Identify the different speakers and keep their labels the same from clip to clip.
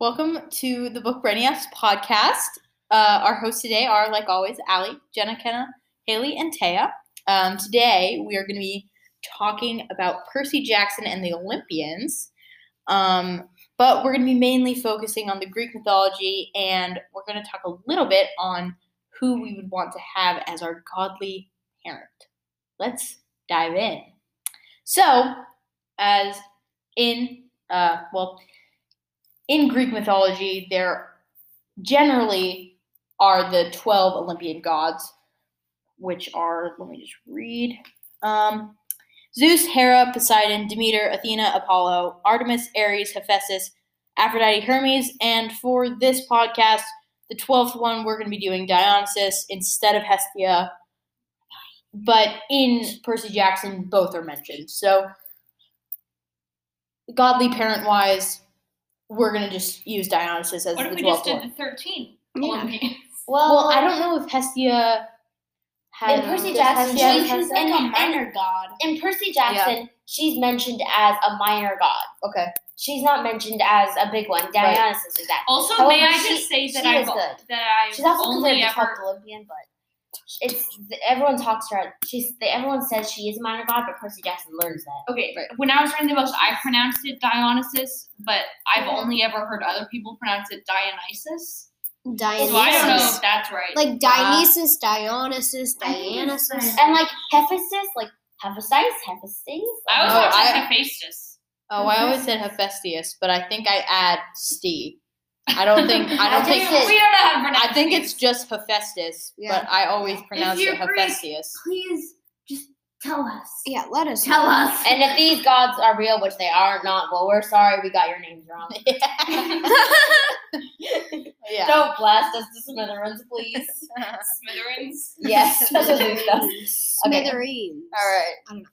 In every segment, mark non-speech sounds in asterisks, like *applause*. Speaker 1: Welcome to the Book Brainiacs podcast. Uh, our hosts today are, like always, Allie, Jenna, Kenna, Haley, and Taya. Um, today, we are going to be talking about Percy Jackson and the Olympians, um, but we're going to be mainly focusing on the Greek mythology, and we're going to talk a little bit on who we would want to have as our godly parent. Let's dive in. So, as in, uh, well, in Greek mythology, there generally are the 12 Olympian gods, which are, let me just read um, Zeus, Hera, Poseidon, Demeter, Athena, Apollo, Artemis, Ares, Hephaestus, Aphrodite, Hermes, and for this podcast, the 12th one, we're going to be doing Dionysus instead of Hestia. But in Percy Jackson, both are mentioned. So, godly parent wise, we're going to just use Dionysus as
Speaker 2: What if
Speaker 1: the
Speaker 2: we
Speaker 1: 12th
Speaker 2: just did
Speaker 1: one.
Speaker 2: the 13
Speaker 3: Yeah.
Speaker 2: *laughs* Olympians?
Speaker 1: Well, I don't know if Hestia had.
Speaker 3: In Percy
Speaker 1: does
Speaker 3: Jackson,
Speaker 1: Hestia have
Speaker 3: she's
Speaker 1: Hestia?
Speaker 3: like a
Speaker 4: and-
Speaker 3: minor
Speaker 2: god.
Speaker 3: in Percy Jackson, she's mentioned as a minor god.
Speaker 1: Okay.
Speaker 3: She's not mentioned as a big one. Dionysus is that.
Speaker 2: Also,
Speaker 3: However,
Speaker 2: may I
Speaker 3: she-
Speaker 2: just say that
Speaker 3: she
Speaker 2: I've
Speaker 3: is good.
Speaker 2: that I've
Speaker 3: She's also
Speaker 2: only
Speaker 3: considered the
Speaker 2: ever
Speaker 3: top Olympian, but it's everyone talks to her. She's everyone says she is a minor god, but Percy Jackson learns that.
Speaker 2: okay.
Speaker 1: Right.
Speaker 2: When I was reading the books, I pronounced it Dionysus, but I've only ever heard other people pronounce it Dionysus.
Speaker 4: Dionysus.
Speaker 2: So I don't know if that's right.
Speaker 4: Like Dionysus, Dionysus,
Speaker 3: I think
Speaker 4: Dionysus.
Speaker 3: And like Hephaestus, like Hephaestus, Hephaestes.
Speaker 2: I was
Speaker 1: Oh,
Speaker 2: actually
Speaker 1: I-
Speaker 2: Hephaestus.
Speaker 1: Oh, I always said Hephaestus, but I think I add Ste. I don't *laughs* think
Speaker 2: *laughs*
Speaker 1: I don't
Speaker 3: I
Speaker 1: think
Speaker 3: just
Speaker 2: we don't know how to pronounce.
Speaker 1: I think it's
Speaker 2: these.
Speaker 1: just Hephaestus,
Speaker 4: Yeah.
Speaker 1: but I always pronounce it
Speaker 2: you're Greek-
Speaker 1: Hephaestus.
Speaker 4: Please.
Speaker 3: Tell us.
Speaker 4: *laughs* Yeah, let us.
Speaker 3: us.
Speaker 4: *laughs*
Speaker 3: And if these gods are real, which they are not, well, we're sorry we got your names wrong.
Speaker 1: yeah.
Speaker 3: *laughs*
Speaker 1: *laughs*
Speaker 3: Don't blast us to smithereens, *laughs* please.
Speaker 2: Smithereens.
Speaker 3: yes,
Speaker 1: *laughs*
Speaker 4: *laughs*
Speaker 3: Zeus does. Okay.
Speaker 4: Smithereens.
Speaker 1: All right.
Speaker 4: I don't know.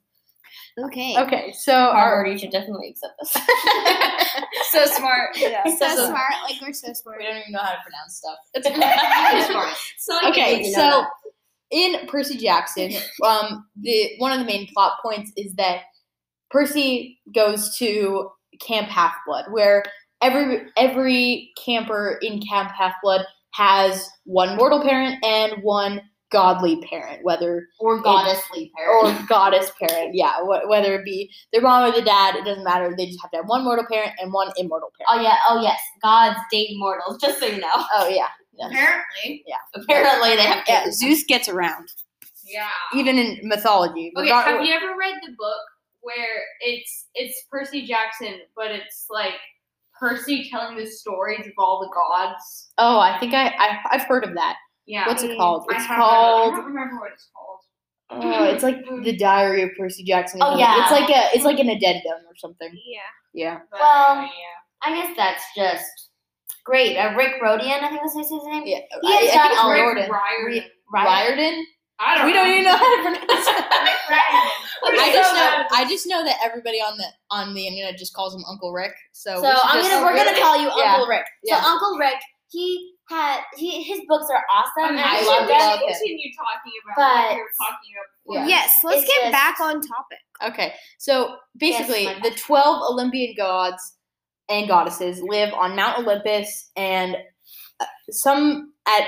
Speaker 4: Okay.
Speaker 1: Okay, so our
Speaker 3: Harvard, you should definitely accept this.
Speaker 2: So smart.
Speaker 1: yeah,
Speaker 4: We're so,
Speaker 1: so-
Speaker 4: smart. Like we're so smart.
Speaker 1: we don't even know how to pronounce *laughs* stuff.
Speaker 3: I
Speaker 1: okay,
Speaker 3: didn't
Speaker 1: *laughs* so
Speaker 3: know that.
Speaker 1: in Percy Jackson, um, the one of the main plot points is that Percy goes to Camp Half Blood, where every every camper in Camp Half Blood has one mortal parent and one godly parent, whether
Speaker 3: or goddessly
Speaker 1: or
Speaker 3: parent.
Speaker 1: goddess parent, yeah, wh- whether it be their mom or the dad, it doesn't matter. They just have to have one mortal parent and one immortal parent.
Speaker 3: oh yeah, oh yes, gods date mortals. *laughs* Just so you know,
Speaker 1: Oh yeah,
Speaker 2: Apparently.
Speaker 3: apparently they have.
Speaker 1: yeah. Zeus gets around,
Speaker 2: Yeah.
Speaker 1: even in mythology.
Speaker 2: Okay,
Speaker 1: regard-
Speaker 2: have you ever read the book where it's it's Percy Jackson, but it's like Percy telling the stories of all the gods?
Speaker 1: oh, I think I, I I've heard of that.
Speaker 2: Yeah.
Speaker 1: What's it called?
Speaker 2: I
Speaker 1: It's
Speaker 2: have that book.
Speaker 1: called.
Speaker 2: I don't remember what it's called.
Speaker 1: Oh, it's like
Speaker 2: Mm-hmm.
Speaker 1: the Diary of Percy Jackson.
Speaker 3: Oh, yeah.
Speaker 1: it's like a it's like an addendum or something.
Speaker 4: Yeah.
Speaker 1: Yeah.
Speaker 2: But
Speaker 3: Well,
Speaker 2: anyway,
Speaker 3: I guess that's just great. Uh, Rick Rodian, I think that's his name.
Speaker 1: Yeah, I,
Speaker 3: He has
Speaker 1: I think
Speaker 3: done
Speaker 1: it's
Speaker 3: a-
Speaker 1: Riordan.
Speaker 2: Riordan.
Speaker 3: Re- Riordan.
Speaker 1: Riordan.
Speaker 2: I don't.
Speaker 1: We
Speaker 2: know.
Speaker 1: don't even know
Speaker 2: *laughs*
Speaker 1: how to pronounce it.
Speaker 2: Rick Riordan. We're
Speaker 1: I
Speaker 2: so
Speaker 1: just know
Speaker 2: bad.
Speaker 1: I just know that everybody on the on the internet just calls him Uncle Rick. So we should
Speaker 3: So I'm
Speaker 1: just-
Speaker 3: gonna we're gonna call you Uncle
Speaker 1: Yeah.
Speaker 3: Rick.
Speaker 1: Yeah.
Speaker 3: So Uncle Rick, he had he, his books are awesome. and
Speaker 2: mean,
Speaker 1: I
Speaker 3: should
Speaker 1: love-
Speaker 3: def-
Speaker 1: love him.
Speaker 2: continue talking about
Speaker 3: But-
Speaker 2: what you're talking about.
Speaker 1: Yeah.
Speaker 4: Yes. Let's
Speaker 3: It's
Speaker 4: get
Speaker 3: just-
Speaker 4: back on topic.
Speaker 1: Okay, so basically,
Speaker 3: Yes, my
Speaker 1: the
Speaker 3: bad.
Speaker 1: 12 Olympian gods and goddesses live on Mount Olympus, and uh, some at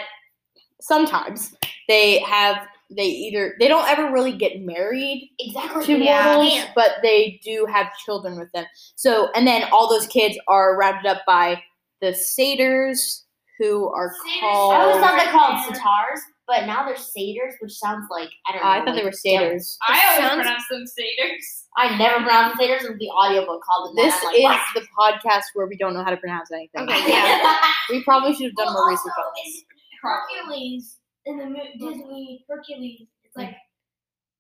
Speaker 1: sometimes they have they either they don't ever really get married
Speaker 3: Exactly.
Speaker 1: to
Speaker 4: Yeah.
Speaker 1: mortals, but they do have children with them. So, and then all those kids are rounded up by the satyrs, who are
Speaker 2: Satyrs?
Speaker 1: called.
Speaker 3: I always thought
Speaker 1: I,
Speaker 3: they called sitars, but now they're satyrs, which sounds like I don't know.
Speaker 1: Oh, thought they
Speaker 3: like-
Speaker 1: were satyrs.
Speaker 2: I always
Speaker 4: Sounds-
Speaker 2: pronounce them satyrs.
Speaker 3: I never pronounced satyrs. It was the audiobook called it.
Speaker 1: This
Speaker 3: that. I'm
Speaker 1: is
Speaker 3: like, "What?"
Speaker 1: the podcast where we don't know how to pronounce anything.
Speaker 4: Okay. *laughs*
Speaker 1: We probably should have done
Speaker 5: Well,
Speaker 1: more research on
Speaker 5: also,
Speaker 1: this.
Speaker 5: is Hercules in the mo- Disney Hercules. It's like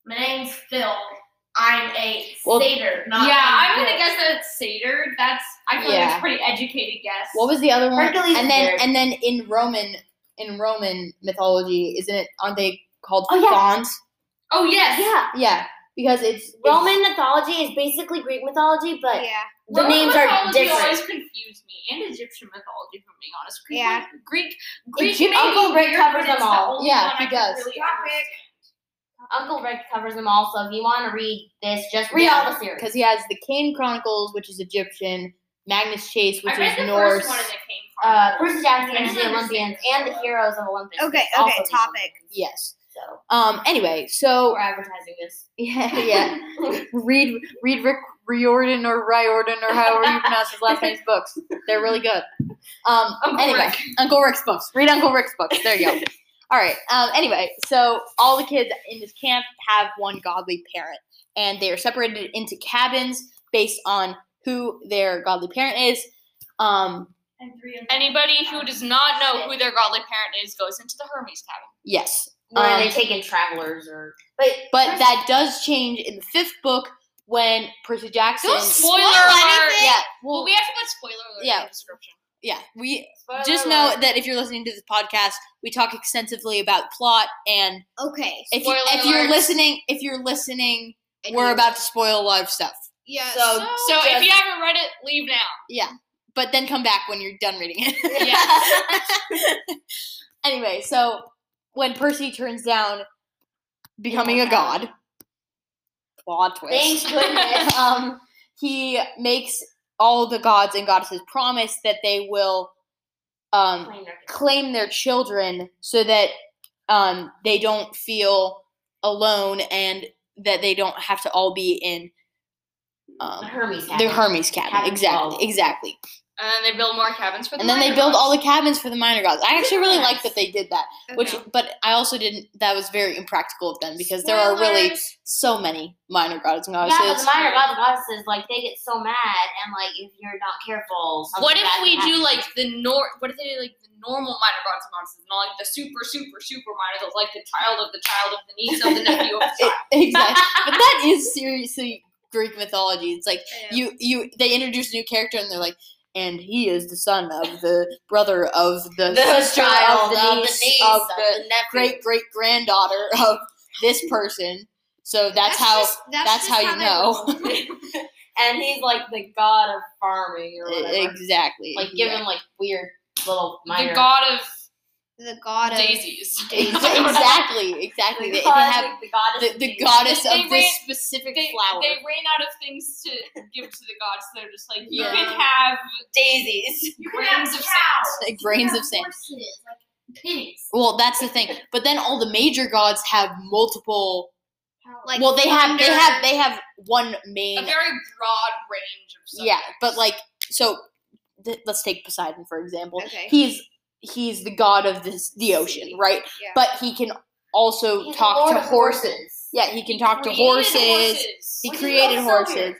Speaker 5: my name's Phil. I'm a
Speaker 1: Well,
Speaker 5: satyr. Not
Speaker 2: yeah,
Speaker 5: a
Speaker 2: I'm gonna
Speaker 5: girl."
Speaker 2: guess that it's satyr. That's I feel like
Speaker 1: Yeah.
Speaker 2: that's a pretty educated guess.
Speaker 1: What was the other one?
Speaker 3: Hercules
Speaker 1: and then
Speaker 3: is
Speaker 1: and then in Roman in Roman mythology, isn't it? Aren't they called
Speaker 3: Oh, yeah.
Speaker 1: fauns?
Speaker 2: Oh yes.
Speaker 1: *laughs*
Speaker 3: yeah.
Speaker 1: Yeah, because it's it's-
Speaker 3: Roman mythology is basically Greek mythology, but
Speaker 4: Yeah.
Speaker 3: the
Speaker 2: Roman
Speaker 3: names are
Speaker 2: mythology
Speaker 3: different.
Speaker 2: always confused me, and Egyptian mythology, if I'm being honest. Greek,
Speaker 4: Yeah.
Speaker 2: Greek, Greek.
Speaker 3: Egypt-
Speaker 2: may be
Speaker 3: Uncle Rick
Speaker 2: weird,
Speaker 3: covers
Speaker 2: but it's
Speaker 3: them
Speaker 2: the
Speaker 3: all.
Speaker 2: only
Speaker 1: Yeah,
Speaker 2: one
Speaker 1: he
Speaker 2: I can
Speaker 1: does.
Speaker 2: really
Speaker 5: Topic.
Speaker 3: Uncle Rick covers them all, so if you want to read this, just read
Speaker 1: Yeah,
Speaker 3: all the series.
Speaker 1: because he has the Kane Chronicles, which is Egyptian, Magnus Chase, which
Speaker 2: I read
Speaker 1: is
Speaker 2: the
Speaker 1: Norse.
Speaker 2: first one and it came from.
Speaker 3: Uh, Percy Jackson
Speaker 2: I
Speaker 3: is
Speaker 2: just
Speaker 3: the
Speaker 2: understand
Speaker 3: Olympians and the heroes of Olympus.
Speaker 4: Okay,
Speaker 3: It's also
Speaker 4: okay,
Speaker 3: the
Speaker 4: topic.
Speaker 3: Olympians.
Speaker 1: yes.
Speaker 3: So Oh.
Speaker 1: Um. Anyway, so *laughs*
Speaker 3: we're advertising this.
Speaker 1: yeah, yeah. read read Rick Riordan or Riordan or however you pronounce his
Speaker 3: *laughs*
Speaker 1: last name's books. They're really good. Um.
Speaker 2: Uncle
Speaker 1: anyway,
Speaker 2: Rick.
Speaker 1: Uncle Rick's books. Read Uncle Rick's books. There you
Speaker 2: *laughs*
Speaker 1: go. All right. Um, anyway, so all the kids in this camp have one godly parent, and they are separated into cabins based on who their godly parent is. Um,
Speaker 5: And three of them.
Speaker 2: Anybody
Speaker 4: Oh,
Speaker 2: who does not know who their godly parent is goes into the Hermes cabin.
Speaker 1: yes,
Speaker 3: Where
Speaker 1: Um,
Speaker 3: they take in travelers or
Speaker 1: but but
Speaker 3: Percy-
Speaker 1: that does change in the fifth book when Percy Jackson.
Speaker 2: Don't spoil anything.
Speaker 1: Yeah,
Speaker 2: Well,
Speaker 1: well,
Speaker 2: we have to put spoiler alert
Speaker 1: Yeah.
Speaker 2: in the description.
Speaker 1: yeah, we just know that if you're listening to this podcast, we talk extensively about plot, and
Speaker 4: Okay.
Speaker 1: if you,
Speaker 2: Spoiler
Speaker 1: if you're
Speaker 2: alert.
Speaker 1: listening, if you're listening,
Speaker 4: And
Speaker 1: we're
Speaker 4: you-
Speaker 1: about to spoil a lot of stuff.
Speaker 4: Yes.
Speaker 1: so-
Speaker 2: So if
Speaker 1: just-
Speaker 2: you haven't read it, leave now.
Speaker 1: *laughs* Yeah. But then come back when you're done reading it. *laughs* anyway, so when Percy turns down becoming a god, plot
Speaker 3: thank
Speaker 1: twist.
Speaker 3: *laughs* goodness.
Speaker 1: um, he makes all the gods and goddesses promise that they will um,
Speaker 3: Plain record.
Speaker 1: claim their children so that um, they don't feel alone and that they don't have to all be in
Speaker 3: The
Speaker 1: um,
Speaker 3: Hermes.
Speaker 1: the
Speaker 3: cabin.
Speaker 1: Hermes cabin.
Speaker 3: Cabin
Speaker 1: exactly,
Speaker 3: twelve.
Speaker 1: exactly.
Speaker 2: And then they build more cabins for the
Speaker 1: and then they
Speaker 2: minor
Speaker 1: build
Speaker 2: gods.
Speaker 1: all the cabins for the minor gods. I actually really like that they did that,
Speaker 4: Okay.
Speaker 1: which but I also didn't. That was very impractical of them because there are really
Speaker 2: Spoilers.
Speaker 1: so many minor gods and
Speaker 3: Yeah, but the
Speaker 1: *laughs* goddesses.
Speaker 3: minor god goddesses like they get so mad and like if you're not careful. something
Speaker 2: What if
Speaker 3: bad
Speaker 2: we
Speaker 3: can
Speaker 2: do
Speaker 3: happen.
Speaker 2: like the nor? What if they do like the normal minor gods and goddesses, not like the super super super minor that's like the child of the child of the niece of the nephew of the
Speaker 1: It-
Speaker 2: child?
Speaker 1: *laughs* exactly, but that is seriously Greek mythology. It's like
Speaker 2: Yeah.
Speaker 1: you you they introduce a new character and they're like, and he is the son of the brother of the, sister of the niece of the
Speaker 3: nephew.
Speaker 1: great great granddaughter of this person. So that's, how
Speaker 4: just-
Speaker 1: that's
Speaker 4: just
Speaker 1: how you
Speaker 4: they
Speaker 1: know.
Speaker 4: roll.
Speaker 3: and he's like the god of farming or whatever.
Speaker 1: e, exactly
Speaker 3: like giving like weird little minor
Speaker 2: The god of
Speaker 4: *laughs* The god of
Speaker 2: daisies.
Speaker 1: Ex-
Speaker 2: I don't know.
Speaker 1: exactly,
Speaker 3: The
Speaker 1: exactly. They, they
Speaker 3: god-
Speaker 1: have
Speaker 3: the goddess.
Speaker 1: the, the
Speaker 3: of
Speaker 1: goddess
Speaker 2: They-
Speaker 1: of
Speaker 2: they
Speaker 1: this
Speaker 2: ran-
Speaker 1: specific
Speaker 2: They,
Speaker 1: flower.
Speaker 2: they ran out of things to give to the gods. So they're just like, you
Speaker 1: Yeah.
Speaker 2: can have
Speaker 3: daisies.
Speaker 5: you can have
Speaker 2: grains of
Speaker 5: cows,
Speaker 2: sand.
Speaker 1: Like
Speaker 5: you
Speaker 1: grains
Speaker 5: can
Speaker 1: of
Speaker 5: have
Speaker 1: sand.
Speaker 5: horses, like pigs.
Speaker 1: Well, that's the thing. But then all the major gods have multiple.
Speaker 4: Like
Speaker 1: well, they have they
Speaker 4: thunder.
Speaker 1: have they have one main.
Speaker 2: A very broad range of stuff.
Speaker 1: Yeah, but like so, th- let's take Poseidon for example.
Speaker 4: Okay.
Speaker 1: He's he's the god of this the ocean, right?
Speaker 4: Yeah.
Speaker 1: But he can also
Speaker 3: He's the
Speaker 1: talk
Speaker 3: lord
Speaker 1: to
Speaker 3: of
Speaker 1: horses. Yeah, he can talk to horses. He
Speaker 3: Which is
Speaker 1: created
Speaker 3: also
Speaker 1: horses.
Speaker 3: weird.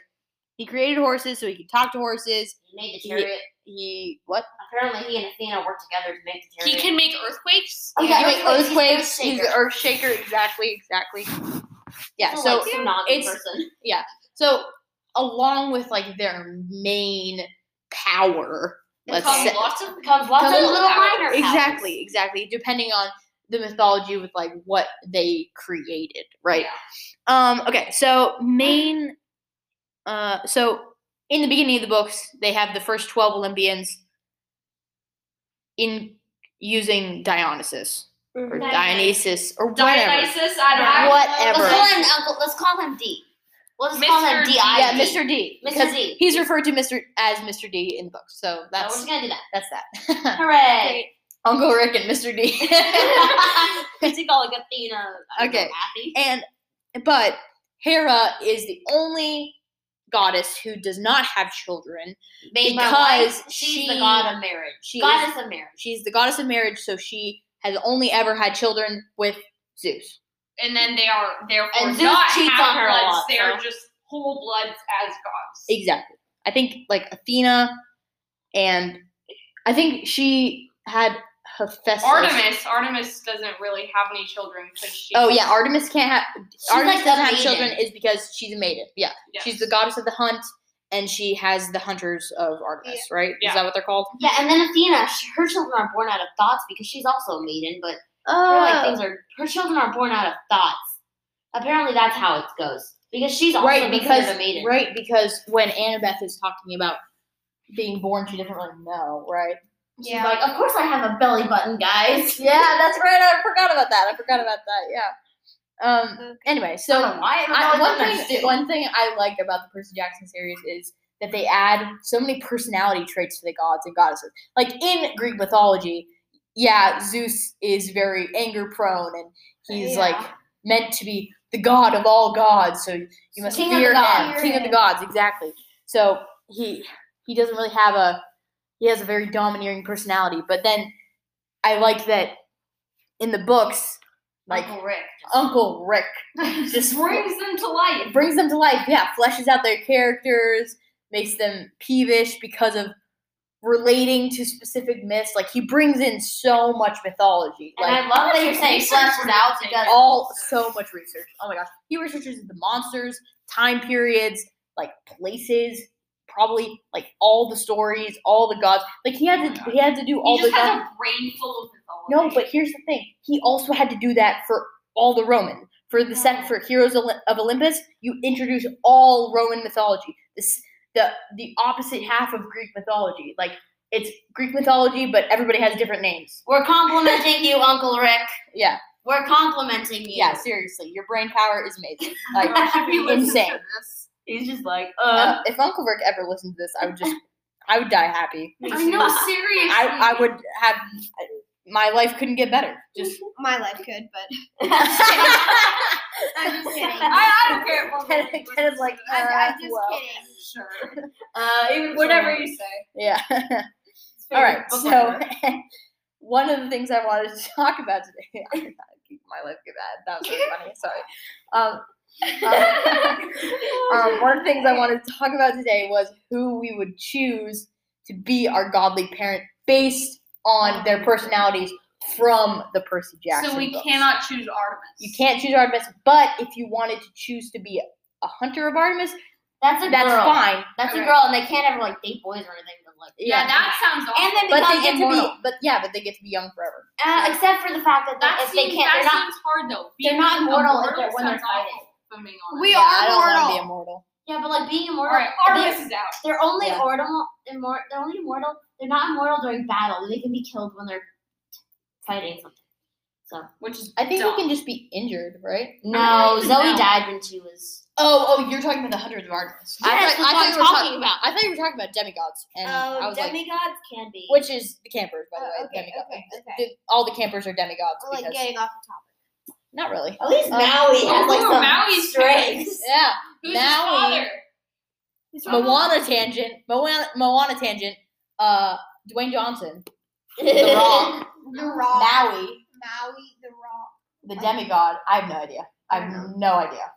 Speaker 1: He created horses so he could talk to horses.
Speaker 3: He made the
Speaker 1: He-
Speaker 3: chariot.
Speaker 1: He what?
Speaker 3: Apparently, he and Athena worked together to make the
Speaker 2: He
Speaker 3: chariot.
Speaker 2: can make earthquakes.
Speaker 3: Oh,
Speaker 1: He
Speaker 3: yeah,
Speaker 1: can make earthquakes. He's
Speaker 3: He's
Speaker 1: the earth shaker. Exactly. Exactly. Yeah.
Speaker 3: also,
Speaker 1: So
Speaker 3: like, some Nazi
Speaker 1: it's-
Speaker 3: person.
Speaker 1: so along with like their main power, let's
Speaker 2: Cause
Speaker 1: say,
Speaker 2: lots of
Speaker 3: Comes lots of
Speaker 1: Comes
Speaker 3: little
Speaker 2: powers.
Speaker 3: minor.
Speaker 1: exactly, exactly. Depending on the mythology with like what they created, right? Um. Okay. So main. Uh. So in the beginning of the books, they have the first twelve Olympians. In using Dionysus or
Speaker 3: Mm-hmm.
Speaker 1: Dionysus or whatever.
Speaker 2: Dionysus. I don't know.
Speaker 1: Whatever.
Speaker 3: Let's call him Uncle. Let's call him D. Let's call him
Speaker 2: Mr. D.
Speaker 3: D. I.
Speaker 1: Yeah,
Speaker 3: D.
Speaker 1: Mr. D.
Speaker 3: Mr.
Speaker 1: Because
Speaker 3: D.
Speaker 1: He's referred to Mr. as Mr. D in the book, so
Speaker 3: So we're
Speaker 1: that's
Speaker 3: just gonna do that.
Speaker 1: that's that. *laughs*
Speaker 3: *laughs* Hooray!
Speaker 1: Uncle Rick and Mr. D. *laughs*
Speaker 3: What's he called? Like Athena. I don't know,
Speaker 1: Okay.
Speaker 3: Athy?
Speaker 1: and but Hera is the only goddess who does not have children.
Speaker 3: Made by wife,
Speaker 1: because
Speaker 3: she's
Speaker 1: she-
Speaker 3: the god of marriage.
Speaker 1: she is-
Speaker 3: goddess of marriage.
Speaker 1: She's the goddess of marriage, so she has only ever had children with Zeus.
Speaker 2: and then they are therefore
Speaker 3: And Zeus
Speaker 2: not
Speaker 3: cheats on her a
Speaker 2: half-bloods.
Speaker 3: lot,
Speaker 2: they
Speaker 3: so-
Speaker 2: are just whole bloods as gods.
Speaker 1: Exactly. I think like Athena and I think she had Hephaestus.
Speaker 2: Artemis. Artemis doesn't really have any children because she.
Speaker 1: Oh yeah, Artemis can't have
Speaker 3: She's
Speaker 1: Artemis
Speaker 3: like the
Speaker 1: doesn't have
Speaker 3: maiden.
Speaker 1: children is because she's a maiden. Yeah.
Speaker 2: Yeah.
Speaker 1: She's the goddess of the hunt and she has the hunters of Artemis, right? Is
Speaker 2: Yeah.
Speaker 1: that what they're called?
Speaker 3: Yeah, and then Athena, sh her children are born out of thoughts because she's also a maiden, but her,
Speaker 1: Uh.
Speaker 3: like things are her children are born out of thoughts. Apparently, that's how it goes because she's also
Speaker 1: right,
Speaker 3: considered
Speaker 1: because
Speaker 3: a maiden.
Speaker 1: right because when Annabeth is talking about being born, she doesn't really know, right?
Speaker 3: She's like, of course I have a belly button, guys.
Speaker 1: Yeah, that's right. I forgot about that. I forgot about that. Yeah. Um. Anyway, so
Speaker 3: I don't know *laughs* why I have a
Speaker 1: I,
Speaker 3: belly
Speaker 1: one
Speaker 3: button.
Speaker 1: thing, one thing I like about the Percy Jackson series is that they add so many personality traits to the gods and goddesses. Like in Greek mythology, yeah, Zeus is very anger prone and he's
Speaker 4: Yeah.
Speaker 1: like meant to be the god of all gods, so you must
Speaker 3: King of the
Speaker 1: fear him.
Speaker 3: gods.
Speaker 1: King of the gods, exactly. So he he doesn't really have a he has a very domineering personality, but then I like that in the books, like
Speaker 3: Uncle Rick.
Speaker 1: Uncle Rick *laughs*
Speaker 2: just brings them to life.
Speaker 1: brings them to life. Yeah, fleshes out their characters, makes them peevish because of relating to specific myths. Like he brings in so much mythology,
Speaker 3: And
Speaker 1: like
Speaker 3: I love that you're saying
Speaker 2: Research
Speaker 3: flesh it out because
Speaker 1: all so much research. Oh my gosh, he researches the monsters, time periods, like places. Probably like all the stories, all the gods. Like he had to, he had to do all
Speaker 2: he
Speaker 1: the
Speaker 2: just has
Speaker 1: gods.
Speaker 2: a brain full of mythology.
Speaker 1: No, but here's the thing. He also had to do that for all the Roman. For the set for Heroes Oli- of Olympus, you introduce all Roman mythology. This the the opposite half of Greek mythology. Like it's Greek mythology, but everybody has different names.
Speaker 3: we're complimenting you, Uncle Rick.
Speaker 1: Yeah,
Speaker 3: We're complimenting you.
Speaker 1: yeah. Seriously, your brain power is
Speaker 2: *laughs*
Speaker 1: amazing. Like *laughs*
Speaker 2: If you listen to
Speaker 1: insane.
Speaker 2: this-
Speaker 3: He's just like,
Speaker 1: uh, if Uncle Rick ever listened to this, I would
Speaker 2: *laughs*
Speaker 1: just I would die happy.
Speaker 2: I know, seriously.
Speaker 1: I I would have my life couldn't get better. Just
Speaker 2: *laughs*
Speaker 4: My life could,
Speaker 1: *laughs*
Speaker 4: but I'm just kidding. I'm,
Speaker 2: I, I don't care if I'm
Speaker 1: Kenneth- Kenneth's like,
Speaker 4: I'm
Speaker 1: uh,
Speaker 4: just
Speaker 1: well. *laughs*
Speaker 4: kidding.
Speaker 2: sure. *laughs*
Speaker 3: uh, even
Speaker 2: Whatever you say.
Speaker 1: yeah. *laughs* All right. So, *laughs* one of the things I wanted to *laughs* talk about today, I gotta keep my life good bad. That was really funny. Sorry. Um, um, um, one of the things I wanted to talk about today was who we would choose to be our godly parent based on their personalities from the Percy Jackson.
Speaker 2: so we
Speaker 1: books.
Speaker 2: cannot choose Artemis.
Speaker 1: You can't choose Artemis, but if you wanted to choose to be a hunter of Artemis,
Speaker 3: That's a
Speaker 1: that's
Speaker 3: girl.
Speaker 1: fine.
Speaker 3: That's a
Speaker 2: Okay.
Speaker 3: girl, and they can't ever like date boys or anything. But, like,
Speaker 2: Yeah, that sounds awful.
Speaker 3: and then
Speaker 1: But
Speaker 3: become
Speaker 1: they get
Speaker 3: immortal.
Speaker 1: to be, but yeah, but they get to be young forever.
Speaker 3: uh, except for the fact that
Speaker 2: that
Speaker 3: if
Speaker 2: seems,
Speaker 3: they can't,
Speaker 2: that
Speaker 3: they're not.
Speaker 2: seems hard though.
Speaker 3: they're
Speaker 2: Being
Speaker 3: not immortal if
Speaker 2: immortal
Speaker 3: they're- when they're
Speaker 2: sounds awful,
Speaker 3: fighting.
Speaker 2: if I'm being honest.
Speaker 4: We
Speaker 1: yeah, I don't want to be
Speaker 4: immortal.
Speaker 1: immortal.
Speaker 3: Yeah, but like being
Speaker 2: All
Speaker 3: immortal.
Speaker 2: right, Artemis is out.
Speaker 3: They're only
Speaker 1: Yeah.
Speaker 3: immortal. Immor- they're only immortal. They're not immortal during battle. They can be killed when they're fighting something. So
Speaker 2: Which is
Speaker 1: I think
Speaker 2: dumb.
Speaker 1: we can just be injured, right?
Speaker 3: no,
Speaker 2: No.
Speaker 3: Zoe died when she was.
Speaker 1: Oh, oh, you're talking about the hundreds of Artemis.
Speaker 3: Yes, that's what I'm
Speaker 1: you were
Speaker 3: talking
Speaker 1: talking-
Speaker 3: about.
Speaker 1: I thought you were talking about demigods, and I was like,
Speaker 3: Oh, demigods can be.
Speaker 1: which is the campers, by the
Speaker 4: Oh,
Speaker 1: way.
Speaker 4: okay,
Speaker 1: demigod.
Speaker 4: okay, okay.
Speaker 1: The- all the campers are demigods
Speaker 4: We're like
Speaker 1: because
Speaker 4: getting off the topic.
Speaker 1: not really.
Speaker 3: at least
Speaker 1: Um,
Speaker 3: Maui has like
Speaker 2: Ooh,
Speaker 3: some
Speaker 2: Maui's
Speaker 3: strength.
Speaker 1: *laughs* Yeah,
Speaker 2: Who's
Speaker 1: Now we-
Speaker 2: his father?
Speaker 4: He's from-
Speaker 1: Moana tangent, Moana, Moana tangent. Uh, Dwayne Johnson,
Speaker 3: *laughs*
Speaker 1: The Rock,
Speaker 4: The Rock.
Speaker 1: Maui,
Speaker 4: Maui, The Rock.
Speaker 1: the demigod. I have no idea. I have no idea.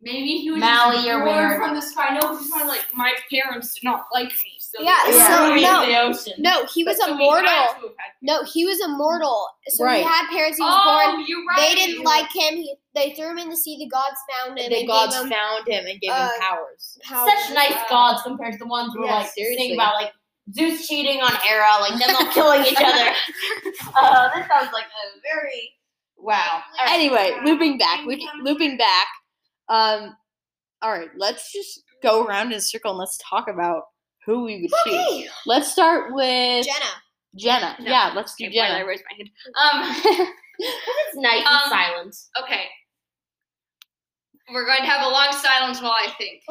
Speaker 2: Maybe he was
Speaker 3: Maui,
Speaker 2: just
Speaker 3: you're
Speaker 2: born
Speaker 3: weird.
Speaker 2: from this I know he's probably like my parents did not like me, so
Speaker 4: Yeah,
Speaker 2: they
Speaker 1: so,
Speaker 2: threw me
Speaker 4: no.
Speaker 2: in the ocean.
Speaker 4: No, he was
Speaker 2: So we had
Speaker 4: immortal.
Speaker 2: to have had-
Speaker 4: No, he was immortal. So
Speaker 1: Right.
Speaker 4: he had parents. He was born.
Speaker 2: Oh, you're right.
Speaker 4: They didn't
Speaker 2: you're
Speaker 4: like him. He, they threw him in the sea. The gods found him.
Speaker 1: The
Speaker 4: and
Speaker 1: gods
Speaker 4: gave him
Speaker 1: found him and gave
Speaker 4: uh,
Speaker 1: him powers.
Speaker 4: powers.
Speaker 3: Such nice
Speaker 2: Wow.
Speaker 3: gods compared to the ones who are
Speaker 1: Yeah,
Speaker 3: like
Speaker 1: seriously.
Speaker 3: thinking about like Zeus cheating on Hera, like them *laughs* all killing each other. uh, this sounds like a very wow. All right.
Speaker 1: Anyway, looping back,
Speaker 4: we
Speaker 1: we looping back. Um, all right, let's just go around in a circle and let's talk about who we would choose.
Speaker 4: Okay.
Speaker 1: Let's start with
Speaker 4: Jenna.
Speaker 1: Jenna.
Speaker 2: No.
Speaker 1: Yeah, let's do
Speaker 2: Okay, wait, I
Speaker 1: Jenna.
Speaker 2: raised my hand. Um, *laughs*
Speaker 3: It's nice
Speaker 2: Um,
Speaker 3: and silent.
Speaker 2: Okay. We're going to have a long silence while I think.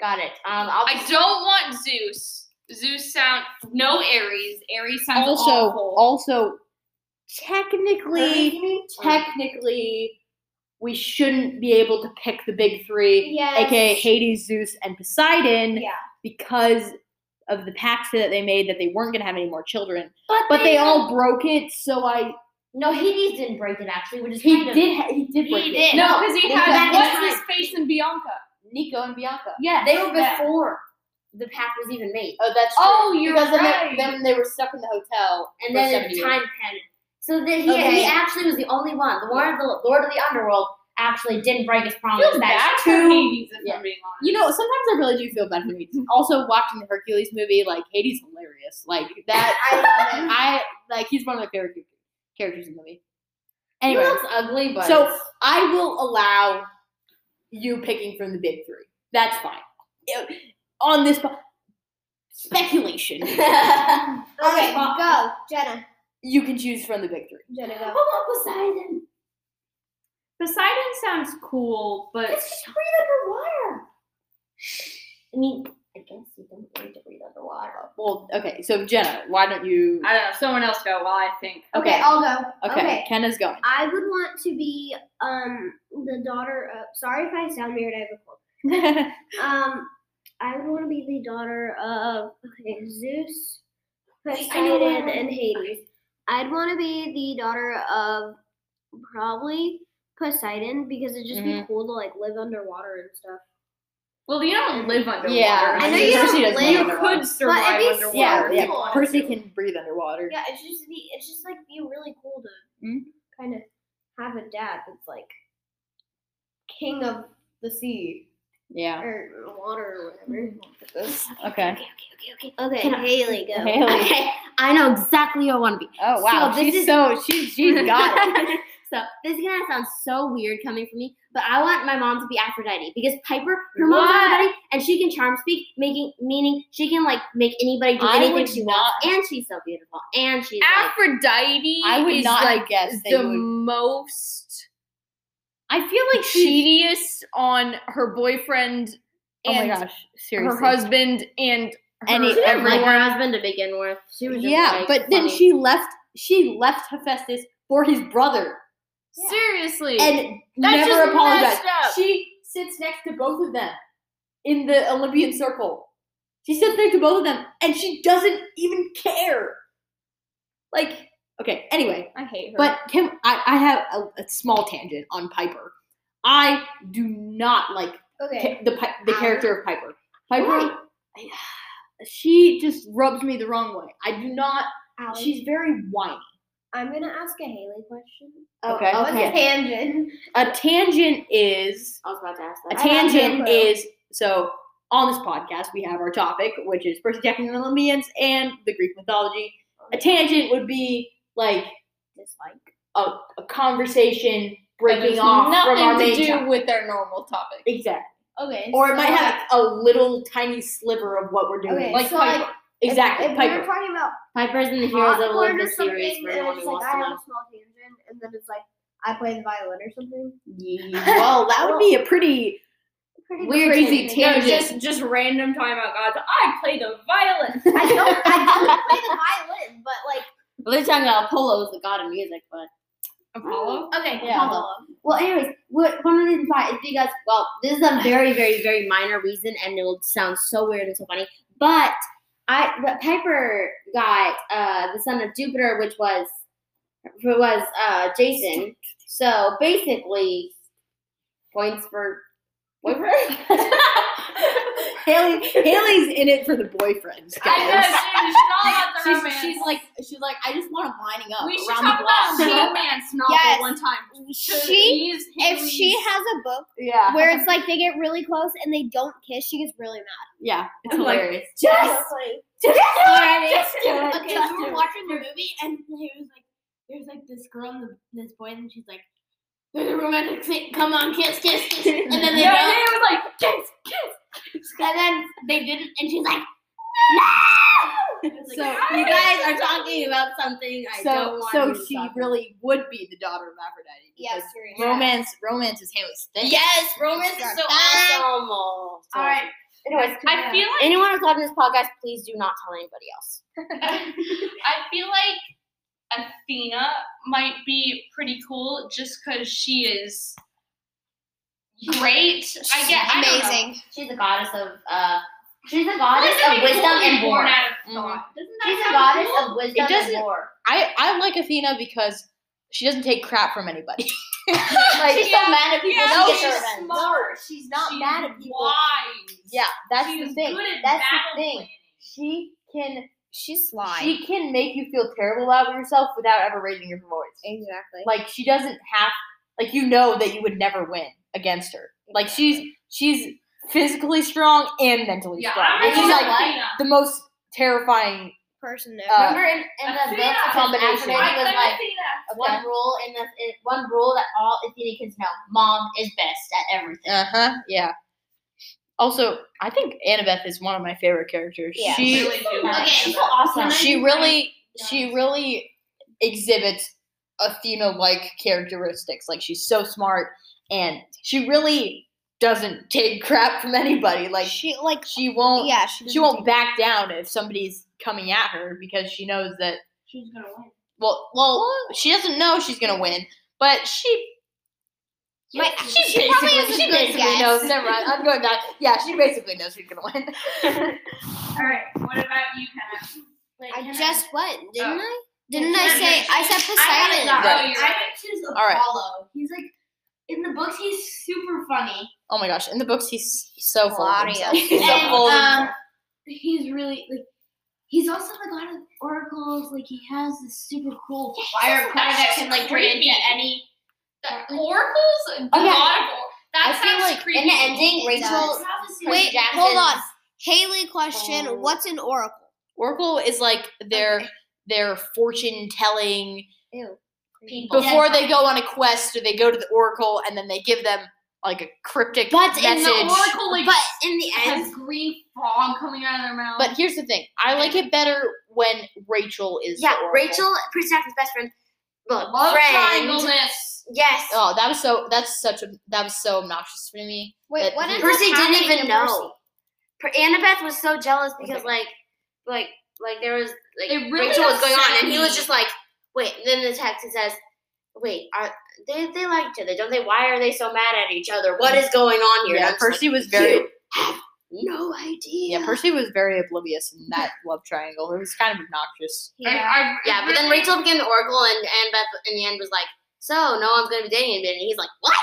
Speaker 3: Got it. Um, I'll
Speaker 2: I don't want Zeus. Zeus sound no Aries. Aries sounds
Speaker 1: also,
Speaker 2: awful.
Speaker 1: also, technically, technically, we shouldn't be able to pick the big three,
Speaker 4: Yes.
Speaker 1: aka Hades, Zeus, and Poseidon,
Speaker 4: Yeah.
Speaker 1: because of the pact that they made that they weren't going to have any more children.
Speaker 3: but,
Speaker 1: But they all broke it, so I
Speaker 3: no Hades didn't break it actually, which is
Speaker 1: he
Speaker 3: kind of-
Speaker 1: did ha- he did
Speaker 2: he
Speaker 1: break
Speaker 2: did
Speaker 1: it.
Speaker 2: no, because he
Speaker 1: they
Speaker 2: had
Speaker 3: back in
Speaker 2: what's his face and Bianca.
Speaker 1: Nico and Bianca.
Speaker 3: Yeah, they were
Speaker 2: Yeah.
Speaker 3: before the pact was even made,
Speaker 1: Oh, that's true.
Speaker 2: Oh, you're
Speaker 1: because then they-
Speaker 2: right.
Speaker 1: Then, they were stuck in the hotel,
Speaker 3: and
Speaker 1: for
Speaker 3: then
Speaker 1: 70
Speaker 3: the
Speaker 1: years.
Speaker 3: time passed. So that he,
Speaker 1: Okay.
Speaker 3: he actually was the only one. The Lord of the Lord of the Underworld actually didn't break his promise.
Speaker 2: Feel bad
Speaker 3: that
Speaker 2: for
Speaker 1: two-
Speaker 2: Hades, if
Speaker 1: yeah.
Speaker 2: I'm being honest.
Speaker 1: You know, sometimes I really do feel bad for Hades. Also, watching the Hercules movie, like Hades, hilarious. Like that, *laughs* I, I like he's one of my favorite characters in the movie.
Speaker 3: he
Speaker 1: Anyway,
Speaker 3: looks ugly, but
Speaker 1: so I will allow you picking from the big three. That's fine. It- on this po- *laughs* speculation,
Speaker 3: okay,
Speaker 4: Okay, go, Jenna.
Speaker 1: you can choose from the big three.
Speaker 4: Jenna, go.
Speaker 3: Poseidon?
Speaker 2: Poseidon sounds cool, but
Speaker 3: It's just weird underwater. I mean, I guess you don't need to breathe underwater.
Speaker 1: Well, okay. So Jenna, why don't you?
Speaker 2: I don't know. Someone else go while I think.
Speaker 1: Okay.
Speaker 6: Okay, I'll go.
Speaker 1: Okay, Kenna's going. *laughs*
Speaker 6: I would want to be um the daughter of. Sorry if I sound weird. I have a cold. Um, I would want to be the daughter of okay, Zeus, Poseidon, and Hades. I'd want to be the daughter of probably Poseidon because it'd just be cool to like live underwater and stuff.
Speaker 2: Well, you don't live underwater.
Speaker 1: Yeah,
Speaker 6: I know
Speaker 1: mean,
Speaker 6: you
Speaker 1: Percy
Speaker 6: don't
Speaker 1: doesn't
Speaker 6: live-
Speaker 1: breathe
Speaker 2: You
Speaker 1: underwater.
Speaker 2: could survive
Speaker 6: be so
Speaker 2: underwater.
Speaker 1: Yeah,
Speaker 6: if you
Speaker 1: yeah.
Speaker 6: wanted
Speaker 1: Percy
Speaker 6: to.
Speaker 1: can breathe underwater.
Speaker 6: Yeah, it's just be it's just like be really cool to
Speaker 1: Mhm.
Speaker 6: kind of have a dad that's like king of the sea
Speaker 1: Yeah.
Speaker 6: or water or whatever.
Speaker 2: Mm-hmm.
Speaker 1: Okay. *laughs*
Speaker 3: Okay, okay,
Speaker 6: Okay,
Speaker 3: Can I-
Speaker 6: Haley, go.
Speaker 1: Haley.
Speaker 3: Okay, I know exactly who I want to be.
Speaker 1: Oh wow,
Speaker 3: So this
Speaker 1: she's
Speaker 3: is-
Speaker 1: so she's *laughs* she's
Speaker 3: *laughs*
Speaker 1: got it.
Speaker 3: so this is gonna sound so weird coming from me, but I want my mom to be Aphrodite because Piper, her mom's
Speaker 2: What?
Speaker 3: Aphrodite, and she can charm speak, making meaning she can like make anybody do
Speaker 1: I
Speaker 3: anything
Speaker 1: would
Speaker 3: she wants, and she's so beautiful, and she's like,
Speaker 2: Aphrodite
Speaker 1: I would
Speaker 2: is
Speaker 1: not
Speaker 2: like
Speaker 1: have guessed that
Speaker 2: the
Speaker 1: you would.
Speaker 2: most. I feel like shadiest on her boyfriend
Speaker 1: Oh my
Speaker 2: and
Speaker 1: gosh, seriously.
Speaker 2: her husband and her
Speaker 1: And it-
Speaker 3: she didn't like
Speaker 2: everyone.
Speaker 3: her husband to begin with. She was just
Speaker 1: yeah,
Speaker 3: like,
Speaker 1: but then
Speaker 3: funny.
Speaker 1: she left. She left Hephaestus for his brother
Speaker 2: Seriously,
Speaker 1: and
Speaker 2: That's
Speaker 1: never
Speaker 2: just
Speaker 1: apologized.
Speaker 2: messed up.
Speaker 1: She sits next to both of them in the Olympian circle. She sits next to both of them, and she doesn't even care. Like, okay. Anyway,
Speaker 2: I hate her.
Speaker 1: But Kim, I, I have a, a small tangent on Piper. I do not like
Speaker 4: Okay.
Speaker 1: Ki- the Pi- the
Speaker 3: Ow.
Speaker 1: character of Piper. Piper, I- *sighs* she just rubs me the wrong way. I do not.
Speaker 4: Alex,
Speaker 1: She's very whiny.
Speaker 4: I'm gonna ask a Haley question.
Speaker 1: Okay.
Speaker 4: What's Oh, a tangent?
Speaker 1: A tangent is
Speaker 3: I was about to ask
Speaker 1: a
Speaker 3: that.
Speaker 4: I have no
Speaker 1: tangent
Speaker 4: clue.
Speaker 1: is so. On this podcast, we have our topic, which is Percy Jackson and the Olympians and the Greek mythology. A tangent would be like
Speaker 3: Dislike.
Speaker 1: a, a conversation
Speaker 2: That has
Speaker 1: breaking off
Speaker 2: nothing
Speaker 1: from our
Speaker 2: to
Speaker 1: main
Speaker 2: do
Speaker 1: topic.
Speaker 2: with their normal topic.
Speaker 1: Exactly.
Speaker 4: Okay.
Speaker 1: Or it might
Speaker 4: so,
Speaker 1: have a little tiny sliver of what we're doing.
Speaker 4: Okay,
Speaker 1: Like
Speaker 4: so
Speaker 2: Piper.
Speaker 4: like if-
Speaker 1: exactly,
Speaker 4: If, we
Speaker 1: Piper.
Speaker 4: were talking about
Speaker 3: Piper's in the Heroes of
Speaker 4: popcorn or
Speaker 3: Olympus
Speaker 4: something,
Speaker 3: series for
Speaker 4: and
Speaker 3: anyone
Speaker 4: it's
Speaker 3: who
Speaker 4: like
Speaker 3: wants
Speaker 4: I
Speaker 3: to
Speaker 4: have
Speaker 3: know.
Speaker 4: a small tangent, and then it's like I play the violin or something.
Speaker 1: Ye- well, that would be a pretty
Speaker 4: Pretty
Speaker 1: Weird
Speaker 4: crazy.
Speaker 1: tangent.
Speaker 2: No, just just random talking about gods. I play the violin.
Speaker 4: I don't, *laughs* I don't play the violin, but like
Speaker 3: Well, they're talking about Apollo is the god of music, but
Speaker 2: Apollo.
Speaker 6: Okay,
Speaker 2: *laughs*
Speaker 1: Yeah.
Speaker 6: Apollo.
Speaker 3: Well, anyways, what one reason why is because well, this is a very, very, very minor reason, and it'll sound so weird and so funny. But I, the Piper got uh, the son of Jupiter, which was who was uh, Jason. So basically, points for boyfriend.
Speaker 1: *laughs* Haley. Haley's in it for the boyfriends.
Speaker 2: I know
Speaker 1: guys.
Speaker 2: dude, it's all about the
Speaker 1: She's,
Speaker 2: romance.
Speaker 1: she's like she's like I just want to whining up
Speaker 2: we should
Speaker 1: around
Speaker 2: talk
Speaker 1: the
Speaker 2: about
Speaker 1: block.
Speaker 2: romance
Speaker 1: *laughs*
Speaker 2: novel
Speaker 4: Yes.
Speaker 2: one time.
Speaker 4: she, if she has a book
Speaker 1: yeah,
Speaker 4: where it's like they get really close and they don't kiss, she gets really mad.
Speaker 1: yeah, it's
Speaker 2: I'm like,
Speaker 1: hilarious.
Speaker 4: Yes.
Speaker 1: Just do it.
Speaker 6: Okay,
Speaker 1: Just
Speaker 6: we
Speaker 1: do
Speaker 6: were
Speaker 1: it.
Speaker 6: watching the movie, and he was like, "There's like this girl and the, this boy, and she's like, there's a romantic scene. Come on, kiss, kiss, kiss.' And then they
Speaker 2: yeah,
Speaker 6: don't,
Speaker 2: and it was like kiss, kiss.
Speaker 6: and then they didn't, and she's like,
Speaker 1: So
Speaker 6: "Ah!"
Speaker 3: you guys are talking about something I don't
Speaker 1: so
Speaker 3: want.
Speaker 1: so
Speaker 3: you to
Speaker 1: she
Speaker 3: talk about.
Speaker 1: really would be the daughter of Aphrodite.
Speaker 4: Yeah,
Speaker 1: because
Speaker 4: seriously.
Speaker 1: romance romance is Haley's thing.
Speaker 3: Yes, romance is so
Speaker 4: Ah.
Speaker 3: awesome. All right. Anyways,
Speaker 2: I feel like
Speaker 3: anyone who's watching this podcast, please do not tell anybody else.
Speaker 2: I feel like Athena might be pretty cool just because she is great. I get I don't know.
Speaker 4: amazing.
Speaker 3: She's a goddess of uh she's a goddess
Speaker 2: Doesn't
Speaker 3: of
Speaker 2: it make
Speaker 3: wisdom
Speaker 2: cool to be
Speaker 3: and
Speaker 2: born
Speaker 3: war.
Speaker 2: out
Speaker 1: Mm.
Speaker 2: of thought? Doesn't that
Speaker 3: She's a
Speaker 2: sound
Speaker 3: goddess
Speaker 2: cool?
Speaker 3: of wisdom
Speaker 1: It doesn't-
Speaker 3: and war.
Speaker 1: I I like Athena because she doesn't take crap from anybody.
Speaker 3: Like, she's so
Speaker 2: yeah,
Speaker 3: mad at people.
Speaker 2: yeah,
Speaker 3: who
Speaker 1: no,
Speaker 3: get
Speaker 1: she's
Speaker 3: her revenge.
Speaker 2: smart.
Speaker 1: She's
Speaker 2: She's Wise.
Speaker 1: Yeah, that's
Speaker 2: She's
Speaker 1: the thing.
Speaker 2: good at
Speaker 1: That's
Speaker 2: battle
Speaker 1: the thing.
Speaker 2: planning.
Speaker 1: She can
Speaker 4: She's sly.
Speaker 1: She can make you feel terrible about yourself without ever raising your voice.
Speaker 4: exactly.
Speaker 1: Like she doesn't have like you know that you would never win against her. Like she's she's physically strong and mentally
Speaker 2: Yeah,
Speaker 1: strong.
Speaker 2: I
Speaker 1: And
Speaker 2: really
Speaker 1: she's
Speaker 2: like
Speaker 1: like
Speaker 2: Athena.
Speaker 1: the most terrifying
Speaker 4: person
Speaker 1: uh,
Speaker 3: Remember in, in the
Speaker 2: Athena.
Speaker 3: book it says
Speaker 1: Combination.
Speaker 3: Aphrodite
Speaker 2: I
Speaker 3: was
Speaker 2: couldn't
Speaker 3: like
Speaker 2: see that.
Speaker 3: one rule in the in, one rule that all Athena kids know. Mom is best at everything.
Speaker 1: Uh-huh. Yeah. Also, I think Annabeth is one of my favorite characters.
Speaker 3: Yeah.
Speaker 1: She
Speaker 2: Really do.
Speaker 3: okay, she's so
Speaker 2: Annabeth.
Speaker 3: awesome.
Speaker 1: she
Speaker 2: I-
Speaker 1: really
Speaker 2: I-
Speaker 1: she really exhibits athena like characteristics like she's so smart and she really doesn't take crap from anybody. Like
Speaker 4: she like
Speaker 1: she won't
Speaker 4: yeah she,
Speaker 1: she
Speaker 4: doesn't
Speaker 1: won't
Speaker 4: take-
Speaker 1: back down if somebody's coming at her because she knows that
Speaker 5: She's gonna win.
Speaker 1: well well she doesn't know she's gonna win, but she
Speaker 4: My-
Speaker 1: she,
Speaker 4: she probably has
Speaker 1: basically she
Speaker 4: a good
Speaker 1: basically
Speaker 4: guess.
Speaker 1: knows. Never mind, I'm going back. Yeah, she basically knows who's gonna win.
Speaker 2: All right. What about you, Hannah?
Speaker 5: Wait,
Speaker 4: I
Speaker 5: can
Speaker 4: just went, didn't
Speaker 2: Oh.
Speaker 4: I? Didn't I
Speaker 5: Yeah,
Speaker 4: say
Speaker 5: yeah,
Speaker 4: I said
Speaker 5: I have it
Speaker 4: Poseidon?
Speaker 5: not.
Speaker 1: Right.
Speaker 5: No, you're
Speaker 2: I
Speaker 5: right. choose Apollo.
Speaker 1: All right.
Speaker 5: He's like in the books. He's super funny.
Speaker 1: oh my gosh! In the books, he's he's so full. Of
Speaker 4: Claudio.
Speaker 1: himself. He's so
Speaker 5: and
Speaker 1: full of himself.
Speaker 5: um, he's really like. He's also the god of oracles. Like he has this super cool fire
Speaker 2: that's-
Speaker 5: power that
Speaker 2: that's
Speaker 5: can like turn
Speaker 2: creepy.
Speaker 5: into any.
Speaker 2: That oracles? God
Speaker 3: Okay.
Speaker 2: of or-
Speaker 3: I
Speaker 2: That
Speaker 3: feel
Speaker 2: sounds
Speaker 3: like
Speaker 2: creepy.
Speaker 3: in the ending,
Speaker 4: It
Speaker 3: Rachel.
Speaker 4: does.
Speaker 5: prophecy.
Speaker 4: Wait,
Speaker 3: Jackson's-
Speaker 4: hold on. Haley question,
Speaker 3: Oh.
Speaker 4: what's an oracle?
Speaker 1: Oracle is like their their fortune telling
Speaker 4: Ew.
Speaker 5: People.
Speaker 1: before they go on a quest or they go to the oracle and then they give them like a cryptic
Speaker 4: But in the
Speaker 1: message.
Speaker 2: the oracle like
Speaker 4: But in
Speaker 3: *laughs*
Speaker 4: the
Speaker 2: has
Speaker 4: end,
Speaker 2: green fog coming out of their mouth.
Speaker 1: but here's the thing, I like it better when Rachel is the
Speaker 3: Yeah,
Speaker 1: oracle.
Speaker 3: Rachel, Prince Jackson's best friend. Look,
Speaker 2: love
Speaker 3: friend.
Speaker 2: triangleness.
Speaker 3: Yes.
Speaker 1: Oh, that was so that's such a that was so obnoxious for me.
Speaker 4: wait,
Speaker 1: that-
Speaker 4: what is
Speaker 3: Percy
Speaker 4: happening
Speaker 3: didn't even
Speaker 4: to
Speaker 3: know. Per- Annabeth was so jealous because
Speaker 1: Okay.
Speaker 3: like, like, like there was like
Speaker 2: It really
Speaker 3: Rachel was going on,
Speaker 2: upset
Speaker 3: and he was
Speaker 2: me.
Speaker 3: just like, wait. And then the text it says, wait, are they they like each other, don't they? Why are they so mad at each other? What is going on here? And
Speaker 1: Yeah,
Speaker 3: I'm just like,
Speaker 1: Percy was very
Speaker 3: "You have no idea.
Speaker 1: yeah, Percy was very oblivious in that love triangle. It was kind of obnoxious.
Speaker 2: I-
Speaker 5: Yeah.
Speaker 2: I- I
Speaker 3: Yeah, but then
Speaker 2: really-
Speaker 3: Rachel became the Oracle, and and Beth in the end was like, so no one's gonna be dating anybody. And he's like, what?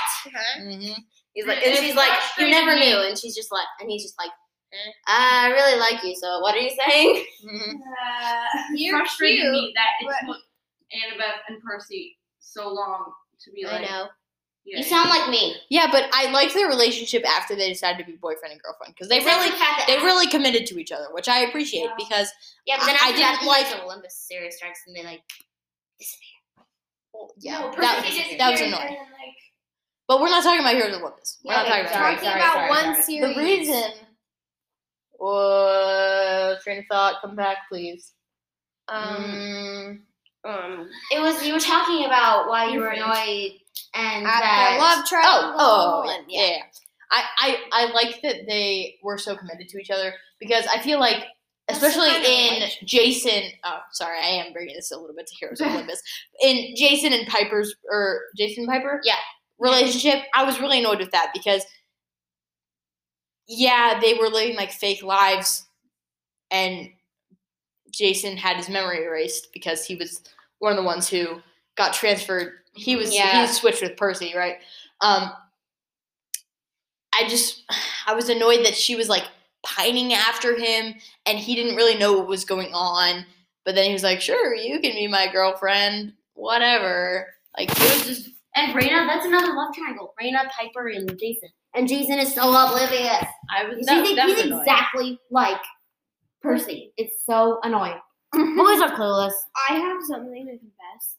Speaker 1: hmm
Speaker 3: He's like,
Speaker 2: It-
Speaker 3: and
Speaker 2: it
Speaker 3: she's like, you
Speaker 2: frustrated
Speaker 3: never
Speaker 2: me.
Speaker 3: knew. And she's just like, and he's just like, I really like you. So what are you saying?
Speaker 4: Mm-hmm.
Speaker 1: hmm
Speaker 4: Uh,
Speaker 2: You're frustrated
Speaker 4: cute,
Speaker 2: me that it
Speaker 4: but-
Speaker 2: took Annabeth and Percy so long to be
Speaker 3: I
Speaker 2: like.
Speaker 3: know.
Speaker 2: Yeah.
Speaker 3: You sound like me.
Speaker 1: Yeah, but I liked their relationship after they decided to be boyfriend and girlfriend because they
Speaker 3: Except for
Speaker 1: really
Speaker 3: the fact that
Speaker 1: they really committed to each other, which I appreciate
Speaker 5: Yeah.
Speaker 1: because
Speaker 3: yeah. But then
Speaker 1: I- I
Speaker 3: after that,
Speaker 1: didn't
Speaker 3: they
Speaker 1: like-
Speaker 3: went to Olympus serious strikes, and they *laughs* like
Speaker 1: well, yeah,
Speaker 5: No,
Speaker 1: that,
Speaker 5: Percy
Speaker 1: was-
Speaker 5: disappears
Speaker 1: that was
Speaker 5: and
Speaker 1: annoying.
Speaker 5: then, like,
Speaker 1: But we're not talking about Heroes of Olympus. We're not
Speaker 4: okay,
Speaker 1: talking
Speaker 4: sorry,
Speaker 1: about
Speaker 4: sorry,
Speaker 1: Heroes.
Speaker 4: about
Speaker 1: sorry,
Speaker 4: one
Speaker 1: sorry.
Speaker 4: series.
Speaker 1: The reason was train of thought. Come back, please. Um,
Speaker 3: um. It was you were talking about why you were annoyed and
Speaker 4: at
Speaker 3: that
Speaker 4: the love
Speaker 1: oh,
Speaker 4: triangle.
Speaker 1: oh, yeah,
Speaker 4: and-
Speaker 1: yeah. yeah. I, I, I like that they were so committed to each other because I feel like,
Speaker 4: That's the
Speaker 1: especially
Speaker 4: kind of
Speaker 1: in
Speaker 4: relationship.
Speaker 1: Jason. Oh, sorry, I am bringing this a little bit to Heroes of Olympus. In Jason and Piper's or Jason and Piper,
Speaker 3: Yeah.
Speaker 1: relationship, I was really annoyed with that because, yeah, they were living like fake lives, and Jason had his memory erased because he was one of the ones who got transferred. He was he
Speaker 3: Yeah.
Speaker 1: was switched with Percy, right? Um, I just I was annoyed that she was like pining after him and he didn't really know what was going on. But then he was like, "Sure, you can be my girlfriend, whatever." Like it was just
Speaker 3: and Raina. That's another love triangle. Raina, Piper, and Jason. And Jason is so oblivious.
Speaker 1: I was
Speaker 3: He's- he's- he's exactly like Percy. It's so *laughs* annoying. Boys are clueless.
Speaker 6: I have something to confess.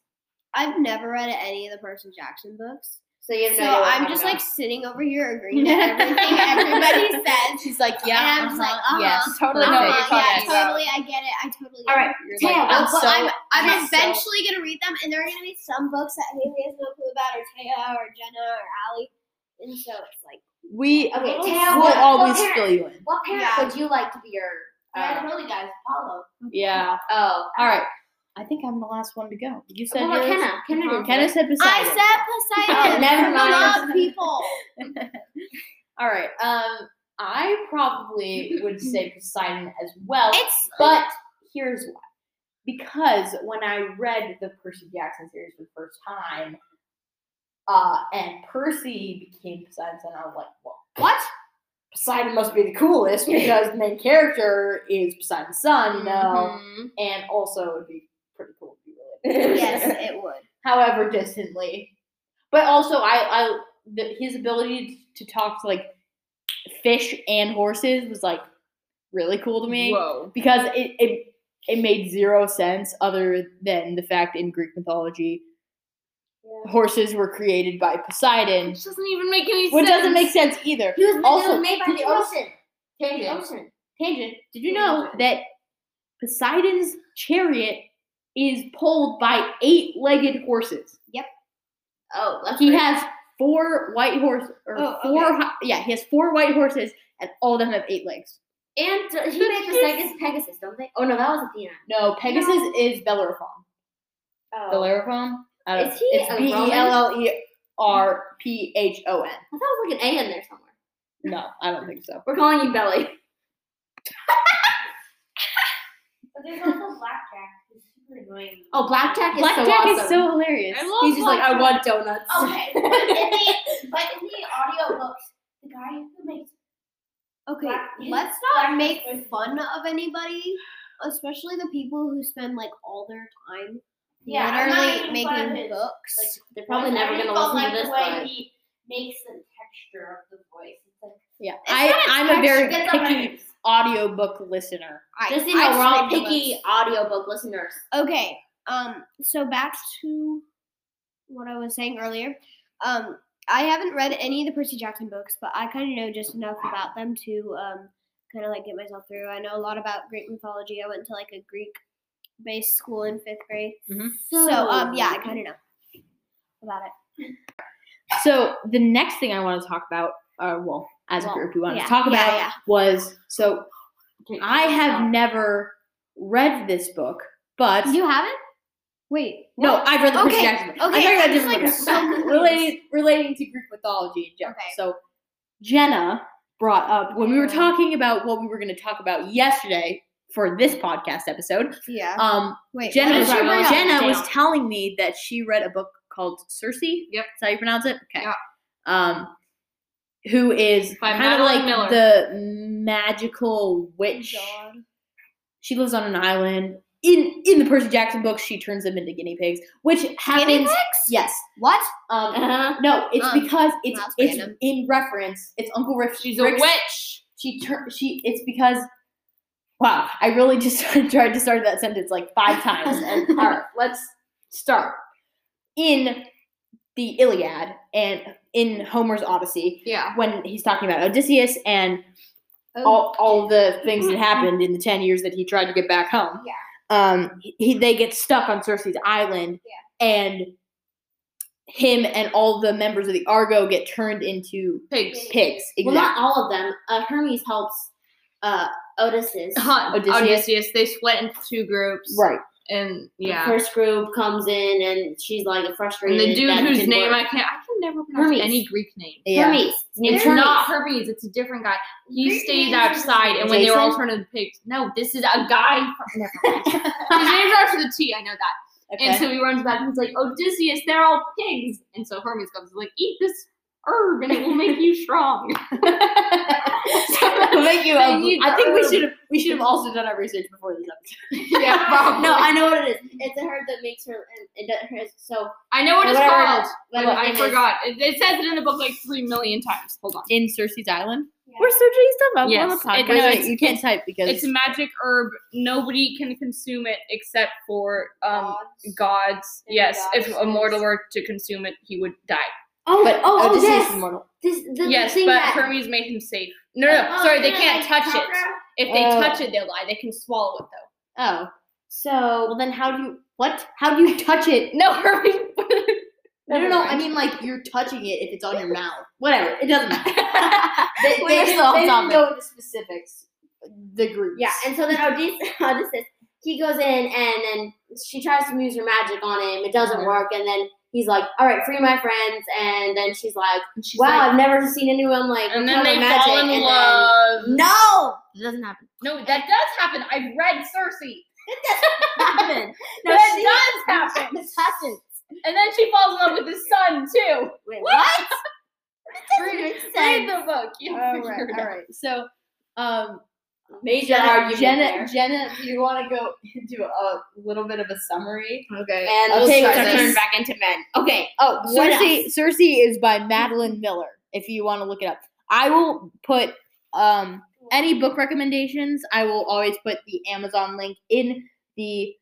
Speaker 6: I've never read any of the Percy Jackson books,
Speaker 3: So you have
Speaker 6: so
Speaker 3: no idea. what
Speaker 6: I'm
Speaker 3: talking
Speaker 6: just
Speaker 3: about.
Speaker 6: like sitting over here agreeing with everything everybody says.
Speaker 1: She's like,
Speaker 6: "Yeah, And I'm just like, uh-huh,
Speaker 1: yes, totally
Speaker 6: Uh-huh,
Speaker 1: know what you're
Speaker 6: yeah,
Speaker 1: talking about.
Speaker 6: totally. I get it. I totally. Get
Speaker 3: All right,
Speaker 6: It.
Speaker 1: You're
Speaker 3: Taya,
Speaker 1: like, I'm
Speaker 3: what
Speaker 1: so
Speaker 3: book-
Speaker 6: I'm, I'm
Speaker 3: I'm so-
Speaker 6: eventually gonna read them, and there are gonna be some books that Haley has no clue about, or Taya, or Jenna, or Allie, and so it's like
Speaker 1: we
Speaker 3: Okay,
Speaker 1: will
Speaker 3: Taya, what- what
Speaker 1: always
Speaker 3: parent-
Speaker 1: fill you in.
Speaker 3: What parent
Speaker 6: Yeah.
Speaker 3: would you like to be your?
Speaker 5: I
Speaker 3: Uh,
Speaker 5: really guys Apollo.
Speaker 1: Yeah.
Speaker 3: oh,
Speaker 1: All right. I think I'm the last one to go. You said
Speaker 3: well,
Speaker 1: yours.
Speaker 3: Kenna. Kenna. didn't
Speaker 1: Kenna
Speaker 3: do
Speaker 1: said
Speaker 6: I
Speaker 1: Poseidon.
Speaker 6: said Poseidon.
Speaker 3: Oh, *laughs* never
Speaker 6: Love
Speaker 3: mind.
Speaker 6: people.
Speaker 1: All right. Um, I *laughs* probably would say Poseidon as well.
Speaker 6: It's
Speaker 1: But here's why. Because when I read the Percy Jackson series for the first time, uh, and Percy became Poseidon, and I was like, well, what? Poseidon must be the coolest because the main character is Poseidon's son, you know?
Speaker 5: Mm-hmm.
Speaker 3: Mhm.
Speaker 1: And also, it would be pretty cool if you related. *laughs*
Speaker 6: yes, it would.
Speaker 1: However, distantly. But also, I, I the, his ability to talk to like fish and horses was like really cool to me
Speaker 2: Whoa.
Speaker 1: because it, it it made zero sense other than the fact in Greek mythology horses were created by Poseidon,
Speaker 2: Which doesn't even make any
Speaker 1: which
Speaker 2: sense.
Speaker 1: doesn't make sense either.
Speaker 3: He was made,
Speaker 1: Also,
Speaker 3: also, made by
Speaker 1: did
Speaker 3: the
Speaker 1: you also-
Speaker 3: ocean. The ocean.
Speaker 1: tangent. Did you know that Poseidon's chariot is pulled by eight-legged horses?
Speaker 3: Oh, that's
Speaker 1: He
Speaker 3: right.
Speaker 1: has four white horses, or
Speaker 6: Oh,
Speaker 1: four. hi- Yeah, he has four white horses, and all of them have eight legs.
Speaker 3: And uh, he made the Pegasus, Pegasus, don't they? Oh no, that was Athena.
Speaker 1: No, Pegasus is Bellerophon.
Speaker 3: Oh,
Speaker 1: Bellerophon. I don't-
Speaker 3: Is he
Speaker 1: It's
Speaker 3: a
Speaker 1: B
Speaker 3: Roman?
Speaker 1: e l l e r p h o n.
Speaker 3: I thought it was like an A in there somewhere.
Speaker 1: No, I don't think so.
Speaker 3: We're calling you Belly.
Speaker 5: But there's also Blackjack, who's super annoying.
Speaker 3: Oh, Blackjack is so
Speaker 1: Blackjack
Speaker 3: awesome.
Speaker 1: is so hilarious.
Speaker 2: I love
Speaker 3: He's just like, I want donuts.
Speaker 5: Okay, but in the but in the audiobooks, the guy who makes
Speaker 4: Okay,
Speaker 5: Black-
Speaker 4: let's not make fun of anybody, especially the people who spend like all their time
Speaker 5: yeah, I'm not
Speaker 4: literally
Speaker 5: even fun of
Speaker 4: making
Speaker 5: his-
Speaker 4: books.
Speaker 5: like,
Speaker 3: They're probably
Speaker 5: voice.
Speaker 3: never
Speaker 5: I
Speaker 3: gonna
Speaker 5: just
Speaker 3: listen to
Speaker 5: don't like
Speaker 3: this,
Speaker 5: the way
Speaker 3: but
Speaker 5: he makes the texture of the voice. It's like
Speaker 1: Yeah,
Speaker 5: It's
Speaker 1: I,
Speaker 5: not
Speaker 1: I'm a very
Speaker 5: texture, it's a *laughs*
Speaker 1: picky audiobook listener.
Speaker 4: I-
Speaker 3: just you
Speaker 4: I
Speaker 3: know, we're all
Speaker 4: ridiculous.
Speaker 3: picky audiobook listeners.
Speaker 4: Okay, um, so back to what I was saying earlier. Um, I haven't read any of the Percy Jackson books, but I kind of know just enough about them to um, kind of like get myself through. I know a lot about Greek mythology. I went to like a Greek based school in fifth grade.
Speaker 1: Mhm.
Speaker 4: So, um, yeah, I kind of know about it.
Speaker 1: So the next thing I want to talk about, uh, well, as a
Speaker 4: Well,
Speaker 1: group, we wanted
Speaker 4: yeah,
Speaker 1: to talk
Speaker 4: yeah,
Speaker 1: about
Speaker 4: yeah.
Speaker 1: was so I have never read this book, but
Speaker 4: You haven't? Wait.
Speaker 1: no, I've read the Percy
Speaker 4: Okay,
Speaker 1: Jackson book.
Speaker 4: okay,
Speaker 1: I've read
Speaker 4: I'm just, like,
Speaker 1: different books. *laughs*
Speaker 4: so confused.
Speaker 1: relating relating to Greek mythology in general.
Speaker 4: Okay. Mm-hmm.
Speaker 1: So Jenna brought up when we were talking about what we were going to talk about yesterday for this podcast episode.
Speaker 4: Yeah.
Speaker 1: Um,
Speaker 4: Wait.
Speaker 1: Jenna,
Speaker 4: what
Speaker 1: was,
Speaker 4: did she bring up?
Speaker 1: Jenna was
Speaker 4: Damn.
Speaker 1: telling me that she read a book called Circe. Yep. That's how you pronounce it? Okay.
Speaker 2: Yeah.
Speaker 1: Um, who is
Speaker 2: By
Speaker 1: kind of like
Speaker 2: Madeline Miller.
Speaker 1: the
Speaker 4: Oh
Speaker 1: magical witch. She lives on an island. In in the Percy Jackson books, she turns them into guinea pigs, which happens.
Speaker 4: Guinea pigs?
Speaker 1: Yes.
Speaker 4: What?
Speaker 1: Um,
Speaker 3: Uh-huh.
Speaker 1: no, it's
Speaker 4: Um,
Speaker 1: because it's
Speaker 4: that's
Speaker 1: it's
Speaker 4: random.
Speaker 1: in reference. It's Uncle Rick.
Speaker 2: She's a
Speaker 1: Rick's-
Speaker 2: witch.
Speaker 1: She tur- she. It's because. Wow, I really just *laughs* tried to start that sentence like
Speaker 4: *laughs*
Speaker 1: five times. And all right, let's start in the Iliad and in Homer's Odyssey
Speaker 2: Yeah.
Speaker 1: when he's talking about Odysseus and all, all the things that happened in the 10 years that he tried to get back home.
Speaker 4: Yeah.
Speaker 1: Um, he, they get stuck on Circe's island, and him and all the members of the Argo get turned into
Speaker 2: Pigs.
Speaker 1: pigs. Exactly.
Speaker 3: Well, not all of them. Uh, Hermes helps uh, Otis's.
Speaker 2: Huh,
Speaker 1: Odysseus.
Speaker 2: Odysseus. They split into two groups.
Speaker 1: right.
Speaker 2: And
Speaker 3: The
Speaker 2: yeah.
Speaker 3: First group comes in and she's like
Speaker 2: And
Speaker 3: frustrated.
Speaker 2: the dude
Speaker 3: that it
Speaker 2: whose
Speaker 3: didn't
Speaker 2: name
Speaker 3: work.
Speaker 2: I can't I can never pronounce
Speaker 3: Hermes.
Speaker 2: any Greek name.
Speaker 1: Yeah.
Speaker 3: Hermes. His name's
Speaker 2: It's
Speaker 3: Hermes.
Speaker 2: not Hermes, it's a different guy. He
Speaker 5: Greek
Speaker 2: stayed
Speaker 5: names are just
Speaker 2: outside and when they were all
Speaker 1: Jason?
Speaker 2: turned into pigs. No, this is a guy from His name's after the T, I know that.
Speaker 1: Okay.
Speaker 2: And so he runs back and he's like, Odysseus, they're all pigs. And so Hermes comes like, eat this herb and it will make you strong.
Speaker 1: We'll make you a-
Speaker 2: They need
Speaker 1: I think we
Speaker 2: herb.
Speaker 1: should have we should have also done our research before this episode.
Speaker 2: yeah, probably.
Speaker 3: No, I know what it is. It's a herb that makes her. and- and that her so
Speaker 2: *laughs* I know what it's
Speaker 3: whatever it
Speaker 2: called.
Speaker 3: is,
Speaker 2: but
Speaker 3: whatever
Speaker 2: I
Speaker 3: it is.
Speaker 2: forgot. It, it says it in the book like three million times. Hold on.
Speaker 1: In Circe's Island,
Speaker 5: Yeah.
Speaker 1: we're searching stuff up on
Speaker 2: Yes.
Speaker 1: the
Speaker 2: It-
Speaker 1: podcast.
Speaker 2: no, it's-
Speaker 1: you can't type because
Speaker 2: It's a magic herb. Nobody can consume it except for um, gods.
Speaker 5: And
Speaker 2: Yes, if
Speaker 5: goddesses.
Speaker 2: a mortal were to consume it, he would die.
Speaker 3: Oh,
Speaker 1: but
Speaker 3: oh, oh
Speaker 1: Odysseus is
Speaker 3: yes.
Speaker 1: immortal.
Speaker 3: This the- the
Speaker 2: yes,
Speaker 3: thing
Speaker 2: but
Speaker 3: that
Speaker 2: Hermes made him safe. No, no,
Speaker 5: Oh,
Speaker 2: sorry, they
Speaker 5: yeah,
Speaker 2: can't
Speaker 5: like
Speaker 2: touch it.
Speaker 5: Chakra?
Speaker 2: If they
Speaker 1: Oh.
Speaker 2: touch it, they'll lie. They can swallow it though.
Speaker 1: Oh,
Speaker 3: So well, then how do you what?
Speaker 1: how do you touch it? *laughs*
Speaker 2: No, Hermes.
Speaker 1: No, no,
Speaker 2: Never
Speaker 1: no.
Speaker 2: mind.
Speaker 1: I mean, like you're touching it if it's on your mouth. Whatever. It doesn't matter.
Speaker 3: *laughs*
Speaker 1: they
Speaker 3: We're
Speaker 1: they,
Speaker 3: still
Speaker 1: didn't, they
Speaker 3: on
Speaker 1: didn't go into specifics. The groups.
Speaker 3: Yeah, and so then Odysseus, *laughs* Odysseus he goes in and then she tries to use her magic on him. It doesn't
Speaker 2: Mhm.
Speaker 1: Mm-hmm.
Speaker 3: work, and then he's like, "All right, free my friends," and then she's like,
Speaker 2: And she's
Speaker 3: "Wow,
Speaker 2: like-
Speaker 3: I've never seen anyone like
Speaker 2: and then
Speaker 3: recover
Speaker 2: they
Speaker 3: magic."
Speaker 2: fall in
Speaker 3: and
Speaker 2: love.
Speaker 3: Then, no, it doesn't happen.
Speaker 2: No, that does happen. I've read Cersei. *laughs*
Speaker 3: happen. No,
Speaker 2: that
Speaker 3: she-
Speaker 2: does
Speaker 3: *laughs*
Speaker 2: happen.
Speaker 3: It happens.
Speaker 2: And then she falls in love with his son too.
Speaker 3: Wait, what?
Speaker 2: *laughs*
Speaker 3: that doesn't make
Speaker 2: Read
Speaker 3: sense.
Speaker 2: the book. You'll
Speaker 1: All
Speaker 2: figure
Speaker 1: right.
Speaker 2: it
Speaker 1: All
Speaker 2: out.
Speaker 1: right. So, um,
Speaker 3: Major
Speaker 1: Jenna,
Speaker 3: argument
Speaker 1: Jenna,
Speaker 3: there.
Speaker 1: Jenna, do you want to go *laughs* into a little bit of a summary?
Speaker 2: Okay.
Speaker 3: And
Speaker 1: I'll
Speaker 3: we'll
Speaker 1: take
Speaker 3: start
Speaker 1: Cersei.
Speaker 3: to turn back into men. Okay.
Speaker 1: Oh,
Speaker 3: what
Speaker 1: Cersei. Circe is by Madeline Miller. If you want to look it up, I will put um, any book recommendations. I will always put the Amazon link in the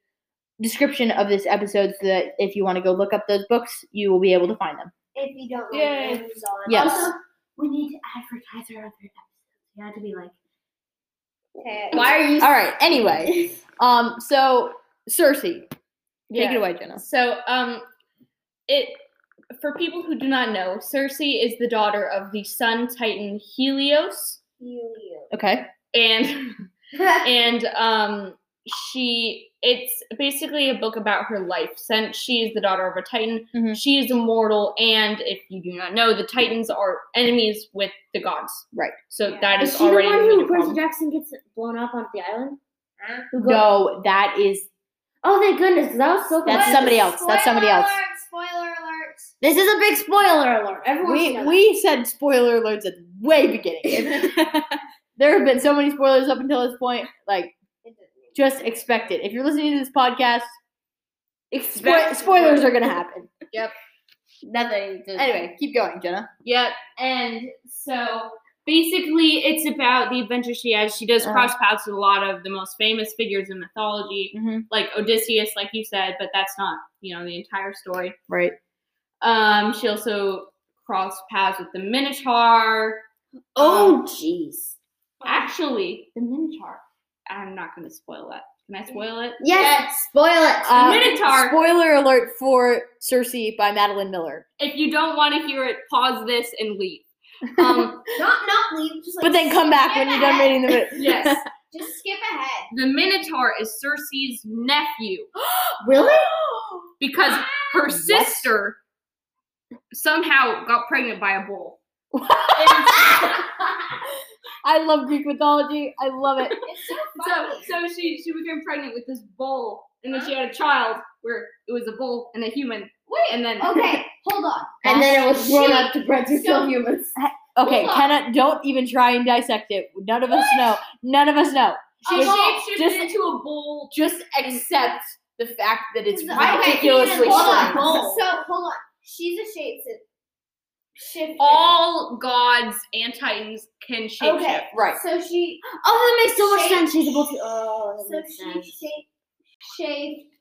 Speaker 1: description of this episode, so that if you want to go look up those books, you will be able to find them.
Speaker 5: If you don't like
Speaker 2: Yay.
Speaker 5: Amazon,
Speaker 1: Yes.
Speaker 5: Also, we need to advertise our other episodes. We have to be like,
Speaker 3: Why are you?
Speaker 1: All right.
Speaker 3: *laughs*
Speaker 1: Anyway, um, so Cersei, take
Speaker 2: Yeah.
Speaker 1: it away, Jenna.
Speaker 2: So um it for people who do not know, Circe is the daughter of the sun titan Helios,
Speaker 1: Okay.
Speaker 2: and
Speaker 3: *laughs*
Speaker 2: and um, she it's basically a book about her life. Since she is the daughter of a titan,
Speaker 3: Mm-hmm.
Speaker 1: Mhm.
Speaker 2: she is immortal, and if you do not know, the titans are enemies with the gods.
Speaker 1: Right.
Speaker 2: So
Speaker 7: Yeah.
Speaker 2: that
Speaker 3: Is
Speaker 2: is,
Speaker 3: she the
Speaker 2: already
Speaker 3: one
Speaker 2: a
Speaker 3: who
Speaker 2: major
Speaker 3: Percy
Speaker 2: problem.
Speaker 3: Jackson gets blown up on the island? Who go-
Speaker 1: No, that is
Speaker 3: Oh, thank goodness. 'cause That was so
Speaker 1: That's
Speaker 3: cool.
Speaker 1: somebody else. That's somebody else.
Speaker 5: Spoiler alert!
Speaker 3: This is a big spoiler alert. Everyone
Speaker 1: we we said spoiler alerts at the way beginning.
Speaker 3: *laughs*
Speaker 1: there have been so many spoilers up until this point. Like, just expect it. If you're listening to this podcast, spo-
Speaker 3: expect
Speaker 1: spoilers are gonna happen.
Speaker 3: nothing. to-
Speaker 1: Anyway, keep going, Jenna.
Speaker 2: Yep. And so basically, it's about the adventures she has. She does
Speaker 1: Uh-huh.
Speaker 2: cross paths with a lot of the most famous figures in mythology,
Speaker 1: Mhm.
Speaker 2: like Odysseus, like you said, but that's not, you know, the entire story.
Speaker 1: Right.
Speaker 2: Um, she also crossed paths with the Minotaur. Um,
Speaker 3: Oh, jeez.
Speaker 2: Actually, the Minotaur. I'm not going to spoil that. Can I spoil it?
Speaker 3: Yes, spoil it.
Speaker 1: Uh,
Speaker 2: Minotaur.
Speaker 1: Spoiler alert for Circe by Madeline Miller.
Speaker 2: If you don't want to hear it, pause this and leave. Um,
Speaker 5: Not not leave. Just like
Speaker 1: But then come back when you're done reading the book.
Speaker 2: yes.
Speaker 5: Just skip ahead.
Speaker 2: The Minotaur is Circe's nephew.
Speaker 1: *gasps*
Speaker 3: really?
Speaker 2: because her sister somehow got pregnant by a bull.
Speaker 1: I love Greek mythology. I love
Speaker 3: *laughs*
Speaker 1: it.
Speaker 5: It's so
Speaker 2: So
Speaker 5: funny.
Speaker 2: so she she became pregnant with this bull, and then she had a child where it was a bull and a human. Wait, and
Speaker 1: Oh.
Speaker 2: then
Speaker 5: okay, hold on.
Speaker 3: And then it was grown
Speaker 5: She-
Speaker 3: up to bread to kill humans.
Speaker 1: Okay,
Speaker 5: Hold on.
Speaker 1: Kenna, don't even try and dissect it. None of us know. None of us know.
Speaker 2: she
Speaker 1: Just-
Speaker 2: shapeshifted
Speaker 1: just-
Speaker 2: into a bull.
Speaker 1: Just accept the fact that it's
Speaker 5: Okay,
Speaker 1: ridiculously
Speaker 5: hold on,
Speaker 1: strange.
Speaker 5: So hold on. She's a shape shift.
Speaker 2: All gods and titans can shapeshift.
Speaker 5: okay.
Speaker 1: Right.
Speaker 5: So she
Speaker 3: Oh, that makes so much
Speaker 5: Shape-
Speaker 3: sense. She's able to. Oh, that
Speaker 5: so
Speaker 3: makes
Speaker 5: she
Speaker 3: sense.
Speaker 5: shape shaped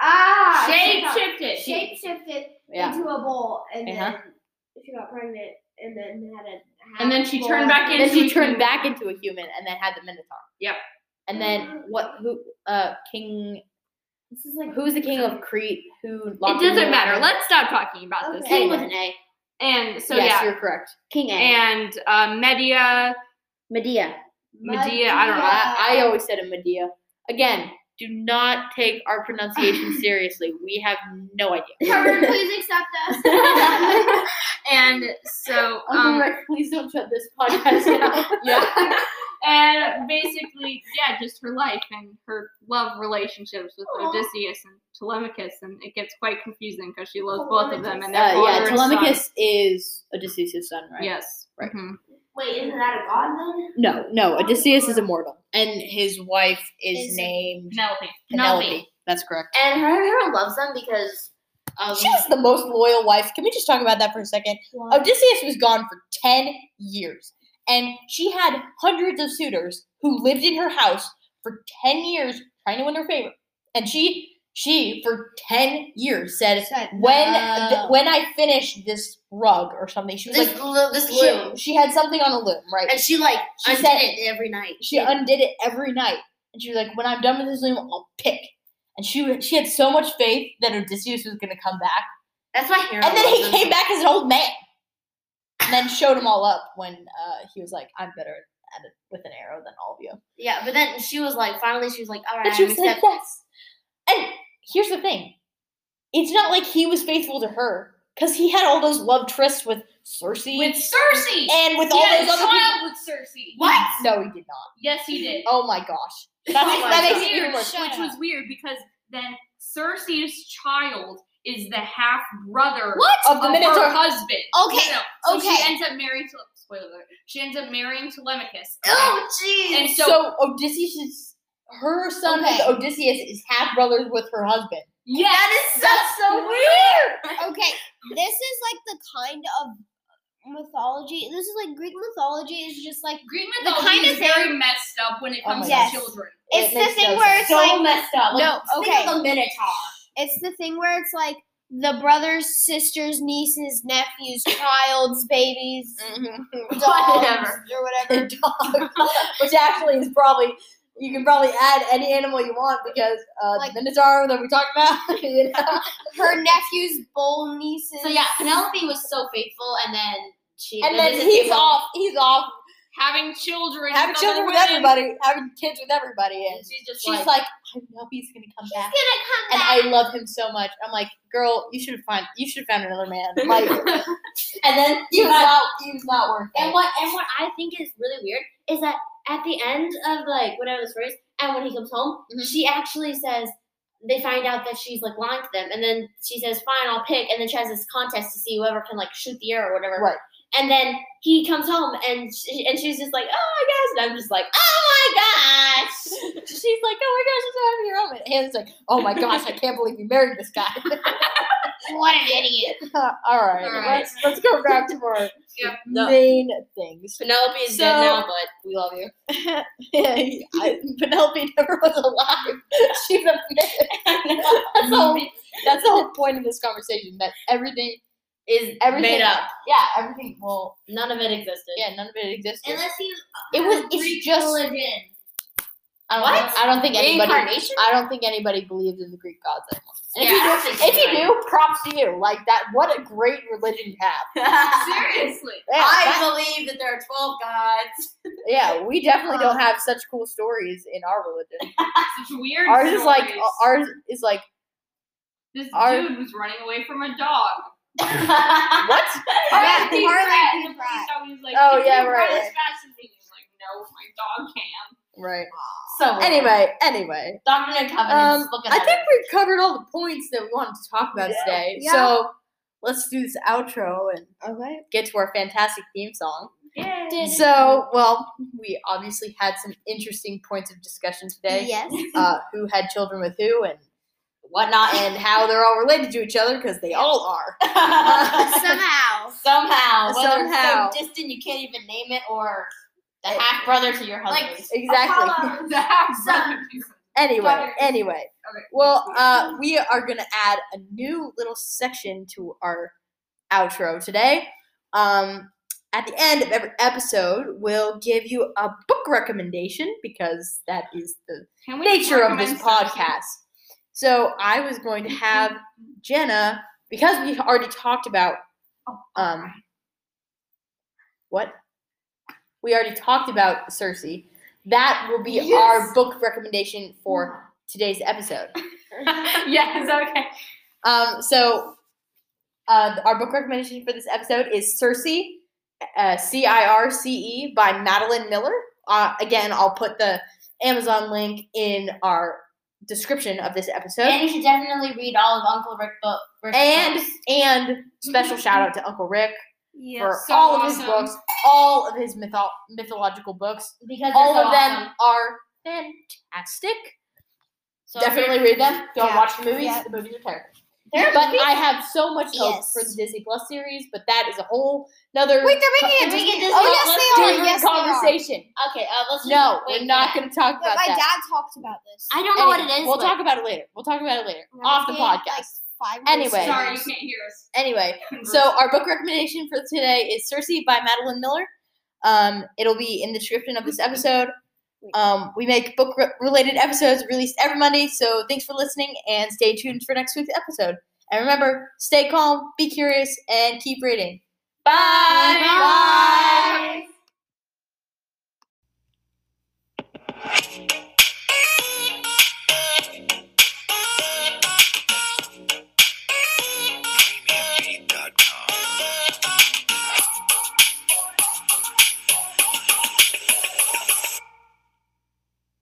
Speaker 5: ah
Speaker 2: Shape
Speaker 5: she
Speaker 2: shifted.
Speaker 5: got- shape shifted
Speaker 1: Yeah.
Speaker 5: into a bowl and
Speaker 1: Uh-huh.
Speaker 5: then she got pregnant and then had a
Speaker 2: And then she turned back
Speaker 5: half bowl.
Speaker 1: And then
Speaker 2: into
Speaker 1: she
Speaker 2: a
Speaker 1: turned
Speaker 2: human.
Speaker 1: back into a human and then had the Minotaur.
Speaker 2: Yep.
Speaker 1: And then what? Who? Uh, King.
Speaker 3: This is like.
Speaker 1: Who was the king of Crete? Who?
Speaker 2: It doesn't matter. Let's stop talking about this.
Speaker 5: Okay.
Speaker 3: King
Speaker 1: Anyway.
Speaker 3: with an A.
Speaker 2: And so
Speaker 1: yes,
Speaker 2: yeah,
Speaker 1: you're correct.
Speaker 3: King A.
Speaker 2: and uh, Medea,
Speaker 3: Medea.
Speaker 2: Medea. I don't know.
Speaker 1: I, I always said a Medea. Again, do not take our pronunciation seriously. We have no idea. *laughs*
Speaker 5: *laughs* Harvard, please accept us.
Speaker 2: And so
Speaker 1: *laughs* Uncle
Speaker 2: um,
Speaker 1: Rick, please don't shut this podcast *laughs* down.
Speaker 2: yeah. *laughs* And basically, yeah, just her life and her love relationships with
Speaker 1: Oh.
Speaker 5: Aw.
Speaker 2: Odysseus and Telemachus, and it gets quite confusing because she loves both of them,
Speaker 5: Telemachus.
Speaker 2: and they're
Speaker 1: Uh, Oh yeah,
Speaker 2: father and son.
Speaker 1: Telemachus is Odysseus' son, right?
Speaker 2: Yes.
Speaker 1: Right.
Speaker 2: mhm.
Speaker 5: Wait, isn't that a god then?
Speaker 1: No, no, Odysseus is immortal, and his wife is,
Speaker 5: Is-
Speaker 1: named
Speaker 2: Penelope.
Speaker 1: Penelope. That's correct.
Speaker 3: And her hero loves them because. Um,
Speaker 1: She was the most loyal wife. Can we just talk about that for a second? Odysseus was gone for 10 years, and she had hundreds of suitors who lived in her house for 10 years trying to win her favor. And she she for 10 years said when th- when I finish this rug or something, she was
Speaker 3: this,
Speaker 1: like
Speaker 3: lo- this
Speaker 1: she,
Speaker 3: loom.
Speaker 1: she had something on a loom, right?
Speaker 3: And she like
Speaker 1: She
Speaker 3: she
Speaker 1: said-
Speaker 3: it every night.
Speaker 1: she undid it every night, and she was like, "When I'm done with this loom, I'll pick." And she she had so much faith that Odysseus was going to come back,
Speaker 3: That's my hero.
Speaker 1: and then
Speaker 3: loves
Speaker 1: he
Speaker 3: them.
Speaker 1: came back as an old man, and then showed him all up when uh, he was like, "I'm better at it with an arrow than all of you."
Speaker 3: Yeah, but then she was like, finally, she was like, all right,
Speaker 1: And she
Speaker 3: I'm
Speaker 1: was like,
Speaker 3: accept-
Speaker 1: "Yes." And here's the thing: it's not like he was faithful to her because he had all those love trysts with Circe
Speaker 2: With Cersei.
Speaker 1: and with
Speaker 2: He
Speaker 1: all those
Speaker 2: had a
Speaker 1: other people.
Speaker 2: child with Cersei.
Speaker 1: No, he did not.
Speaker 2: Yes, he did.
Speaker 1: Oh my gosh. That's,
Speaker 3: Oh my
Speaker 1: that makes it even
Speaker 2: Weird,
Speaker 1: worse.
Speaker 2: which was weird because then Cersei's child is the half brother
Speaker 1: what of the
Speaker 2: of
Speaker 1: Minotaur?
Speaker 2: her husband.
Speaker 1: Okay,
Speaker 2: No, So
Speaker 1: okay.
Speaker 2: she ends up marrying. Tele- spoiler alert. She ends up marrying Telemachus.
Speaker 3: oh, jeez.
Speaker 2: And
Speaker 1: so,
Speaker 2: so,
Speaker 1: Odysseus is her son
Speaker 5: Okay.
Speaker 1: with Odysseus is half brothers with her husband.
Speaker 2: yes,
Speaker 1: That's so weird.
Speaker 4: Okay, this is like the kind of mythology. This is like Greek mythology is just like
Speaker 2: Greek
Speaker 4: The
Speaker 2: mythology
Speaker 4: kind
Speaker 2: is
Speaker 4: of
Speaker 2: very messed up when it
Speaker 1: Oh
Speaker 2: comes
Speaker 1: my
Speaker 2: to
Speaker 1: *laughs*
Speaker 4: gosh.
Speaker 2: children.
Speaker 1: It
Speaker 4: it's the
Speaker 1: makes
Speaker 4: thing
Speaker 1: no
Speaker 4: where
Speaker 1: sense.
Speaker 4: it's like
Speaker 3: messed up.
Speaker 4: no, okay,
Speaker 3: the Minotaur.
Speaker 4: it's the thing where it's like the brothers, sisters, nieces,
Speaker 1: *laughs*
Speaker 4: nephews, child's
Speaker 1: Mm.
Speaker 4: babies, dogs,
Speaker 3: Whatever.
Speaker 4: or
Speaker 1: *laughs*
Speaker 4: whatever.
Speaker 1: Dog, which actually is probably you can probably add any animal you want because uh,
Speaker 4: Like-
Speaker 1: the Minotaur that we talked about. *laughs* you know?
Speaker 4: Her
Speaker 1: *laughs*
Speaker 4: nephews, bull nieces.
Speaker 1: So, yeah,
Speaker 3: Penelope was so faithful, and then she.
Speaker 1: And then he's off. He's off
Speaker 8: Having children.
Speaker 1: having children with everybody, having kids with everybody, and
Speaker 3: She's just
Speaker 1: she's
Speaker 3: like,
Speaker 1: like, I know he's gonna come
Speaker 6: come
Speaker 1: back. and
Speaker 6: back.
Speaker 1: I love him so much. I'm like, girl, you should have find you should have found another man. Like, and then he was not he was not worth
Speaker 6: And
Speaker 1: it.
Speaker 6: what and what I think is really weird is that at the end of like whatever the story is, and when he comes home,
Speaker 1: Mhm.
Speaker 6: she actually says they find out that she's like lying to them, and then she says, "Fine, I'll pick," and then she has this contest to see whoever can like shoot the air or whatever.
Speaker 1: Right.
Speaker 6: And then he comes home, and she, and she's just like, "Oh my gosh!" And I'm just like, "Oh my gosh!" *laughs*
Speaker 1: She's like, oh my gosh, I'm so happy you're home. And Hannah's like, oh my gosh, I can't believe you married this
Speaker 6: *laughs*
Speaker 1: guy.
Speaker 4: what an idiot.
Speaker 1: *laughs* All right,
Speaker 6: All right.
Speaker 1: let's let's go back to our
Speaker 8: Yep.
Speaker 1: main things. *laughs*
Speaker 6: Penelope is
Speaker 1: So-
Speaker 6: dead now, but we love you.
Speaker 1: I- Penelope never was alive. *laughs* She's a
Speaker 6: *laughs*
Speaker 1: myth. That's the whole, that's the whole point of this conversation. That everything,
Speaker 6: Is
Speaker 1: everything,
Speaker 6: made up.
Speaker 1: yeah, everything. Well,
Speaker 6: None of it existed.
Speaker 1: yeah, none of it existed.
Speaker 5: Unless he
Speaker 1: It was. It's just.
Speaker 5: religion.
Speaker 1: I don't, think, I don't think anybody.
Speaker 6: Reincarnation?
Speaker 1: I don't think anybody believes in the Greek gods anymore. And
Speaker 6: Yeah, I don't think
Speaker 1: if, you do, if
Speaker 6: so.
Speaker 1: you do, props to you. Like that. What a great religion you have.
Speaker 2: *laughs* Seriously.
Speaker 1: *laughs* Yeah, that-
Speaker 6: believe that there are twelve gods.
Speaker 1: yeah, we definitely don't have such cool stories in our religion.
Speaker 2: Such weird
Speaker 1: Ours is like
Speaker 2: stories.
Speaker 1: ours is like
Speaker 2: This
Speaker 1: our-
Speaker 2: dude was running away from a dog.
Speaker 1: what?
Speaker 2: Harley
Speaker 4: Harley
Speaker 2: P. Pratt. The
Speaker 4: P.
Speaker 2: police dog was like,
Speaker 1: Oh,
Speaker 2: "If you
Speaker 1: yeah,
Speaker 2: run
Speaker 1: right,
Speaker 2: As
Speaker 1: right.
Speaker 2: fast as me, he was like, no, my dog can't.
Speaker 1: Right.
Speaker 3: so
Speaker 1: Anyway, anyway.
Speaker 3: Doctor and
Speaker 1: Um,
Speaker 3: look at
Speaker 1: I think we covered all the points that we wanted to talk about today.
Speaker 4: Yeah.
Speaker 1: So let's do this outro and
Speaker 4: Okay.
Speaker 1: get to our fantastic theme song.
Speaker 2: *laughs* Yeah.
Speaker 1: So, well, we obviously had some interesting points of discussion today.
Speaker 4: Yes.
Speaker 1: uh, who had children with who and whatnot, and how they're all related to each other because they all are. *laughs*
Speaker 3: *laughs*
Speaker 1: Uh,
Speaker 4: Somehow.
Speaker 3: somehow,
Speaker 1: *laughs*
Speaker 3: whether
Speaker 1: Somehow.
Speaker 3: it's so distant you can't even name it, or the half brother to your husband.
Speaker 1: exactly.
Speaker 2: The half-brother.
Speaker 1: *laughs* Anyway,
Speaker 2: Brothers.
Speaker 1: anyway.
Speaker 2: Okay.
Speaker 1: Well, uh, we are going to add a new little section to our outro today. Um, at the end of every episode, we'll give you a book recommendation because that is the
Speaker 2: Can we
Speaker 1: nature of this
Speaker 2: recommend something? Mm-hmm.
Speaker 1: podcast. So I was going to have Jenna, because we already talked about
Speaker 2: Oh,
Speaker 1: um what? We already talked about Cersei. That will be our book recommendation for today's episode.
Speaker 2: *laughs* yes, okay.
Speaker 1: Um, so uh, our book recommendation for this episode is Circe, uh, C I R C E, by Madeline Miller. Uh, again, I'll put the Amazon link in our description of this episode.
Speaker 3: And you should definitely read all of Uncle Rick book. Rick's
Speaker 1: And
Speaker 3: books.
Speaker 1: and special shout out to Uncle Rick for
Speaker 4: Yes.
Speaker 2: so
Speaker 1: all of his
Speaker 2: awesome.
Speaker 1: books, all of his mytho- mythological books.
Speaker 3: because
Speaker 1: all
Speaker 3: they're so
Speaker 1: of them
Speaker 3: awesome.
Speaker 1: are fantastic.
Speaker 3: So
Speaker 1: Definitely read them. Don't
Speaker 4: Yeah.
Speaker 1: watch the movies.
Speaker 4: Yeah.
Speaker 1: The movies are terrible. But I have so much hope
Speaker 4: Yes.
Speaker 1: for the Disney Plus series, but that is a whole another
Speaker 4: Wait, they're making a
Speaker 1: co-
Speaker 3: we
Speaker 4: Disney.
Speaker 3: can just-
Speaker 4: Oh
Speaker 3: well,
Speaker 4: yes, they are.
Speaker 1: different
Speaker 4: Yes, they are.
Speaker 1: conversation.
Speaker 3: Okay, uh, let's just
Speaker 1: No,
Speaker 3: wait
Speaker 1: we're
Speaker 3: for
Speaker 1: not
Speaker 3: that.
Speaker 1: going to talk
Speaker 4: But
Speaker 1: about
Speaker 4: my
Speaker 1: that.
Speaker 4: dad talked about this.
Speaker 3: I don't know what it
Speaker 1: Anyway,
Speaker 3: is.
Speaker 1: We'll
Speaker 3: but-
Speaker 1: talk about it later. We'll talk about it later
Speaker 4: And I
Speaker 1: off the
Speaker 4: think, like,
Speaker 1: podcast.
Speaker 4: five years
Speaker 1: Anyway.
Speaker 4: ago.
Speaker 2: Sorry, you can't hear us.
Speaker 1: Anyway, so our book recommendation for today is Circe by Madeline Miller. Um, it'll be in the description of this episode. Um, we make book re- related episodes released every Monday, so thanks for listening and stay tuned for next week's episode. And remember, stay calm, be curious, and keep reading. Bye.
Speaker 2: Bye.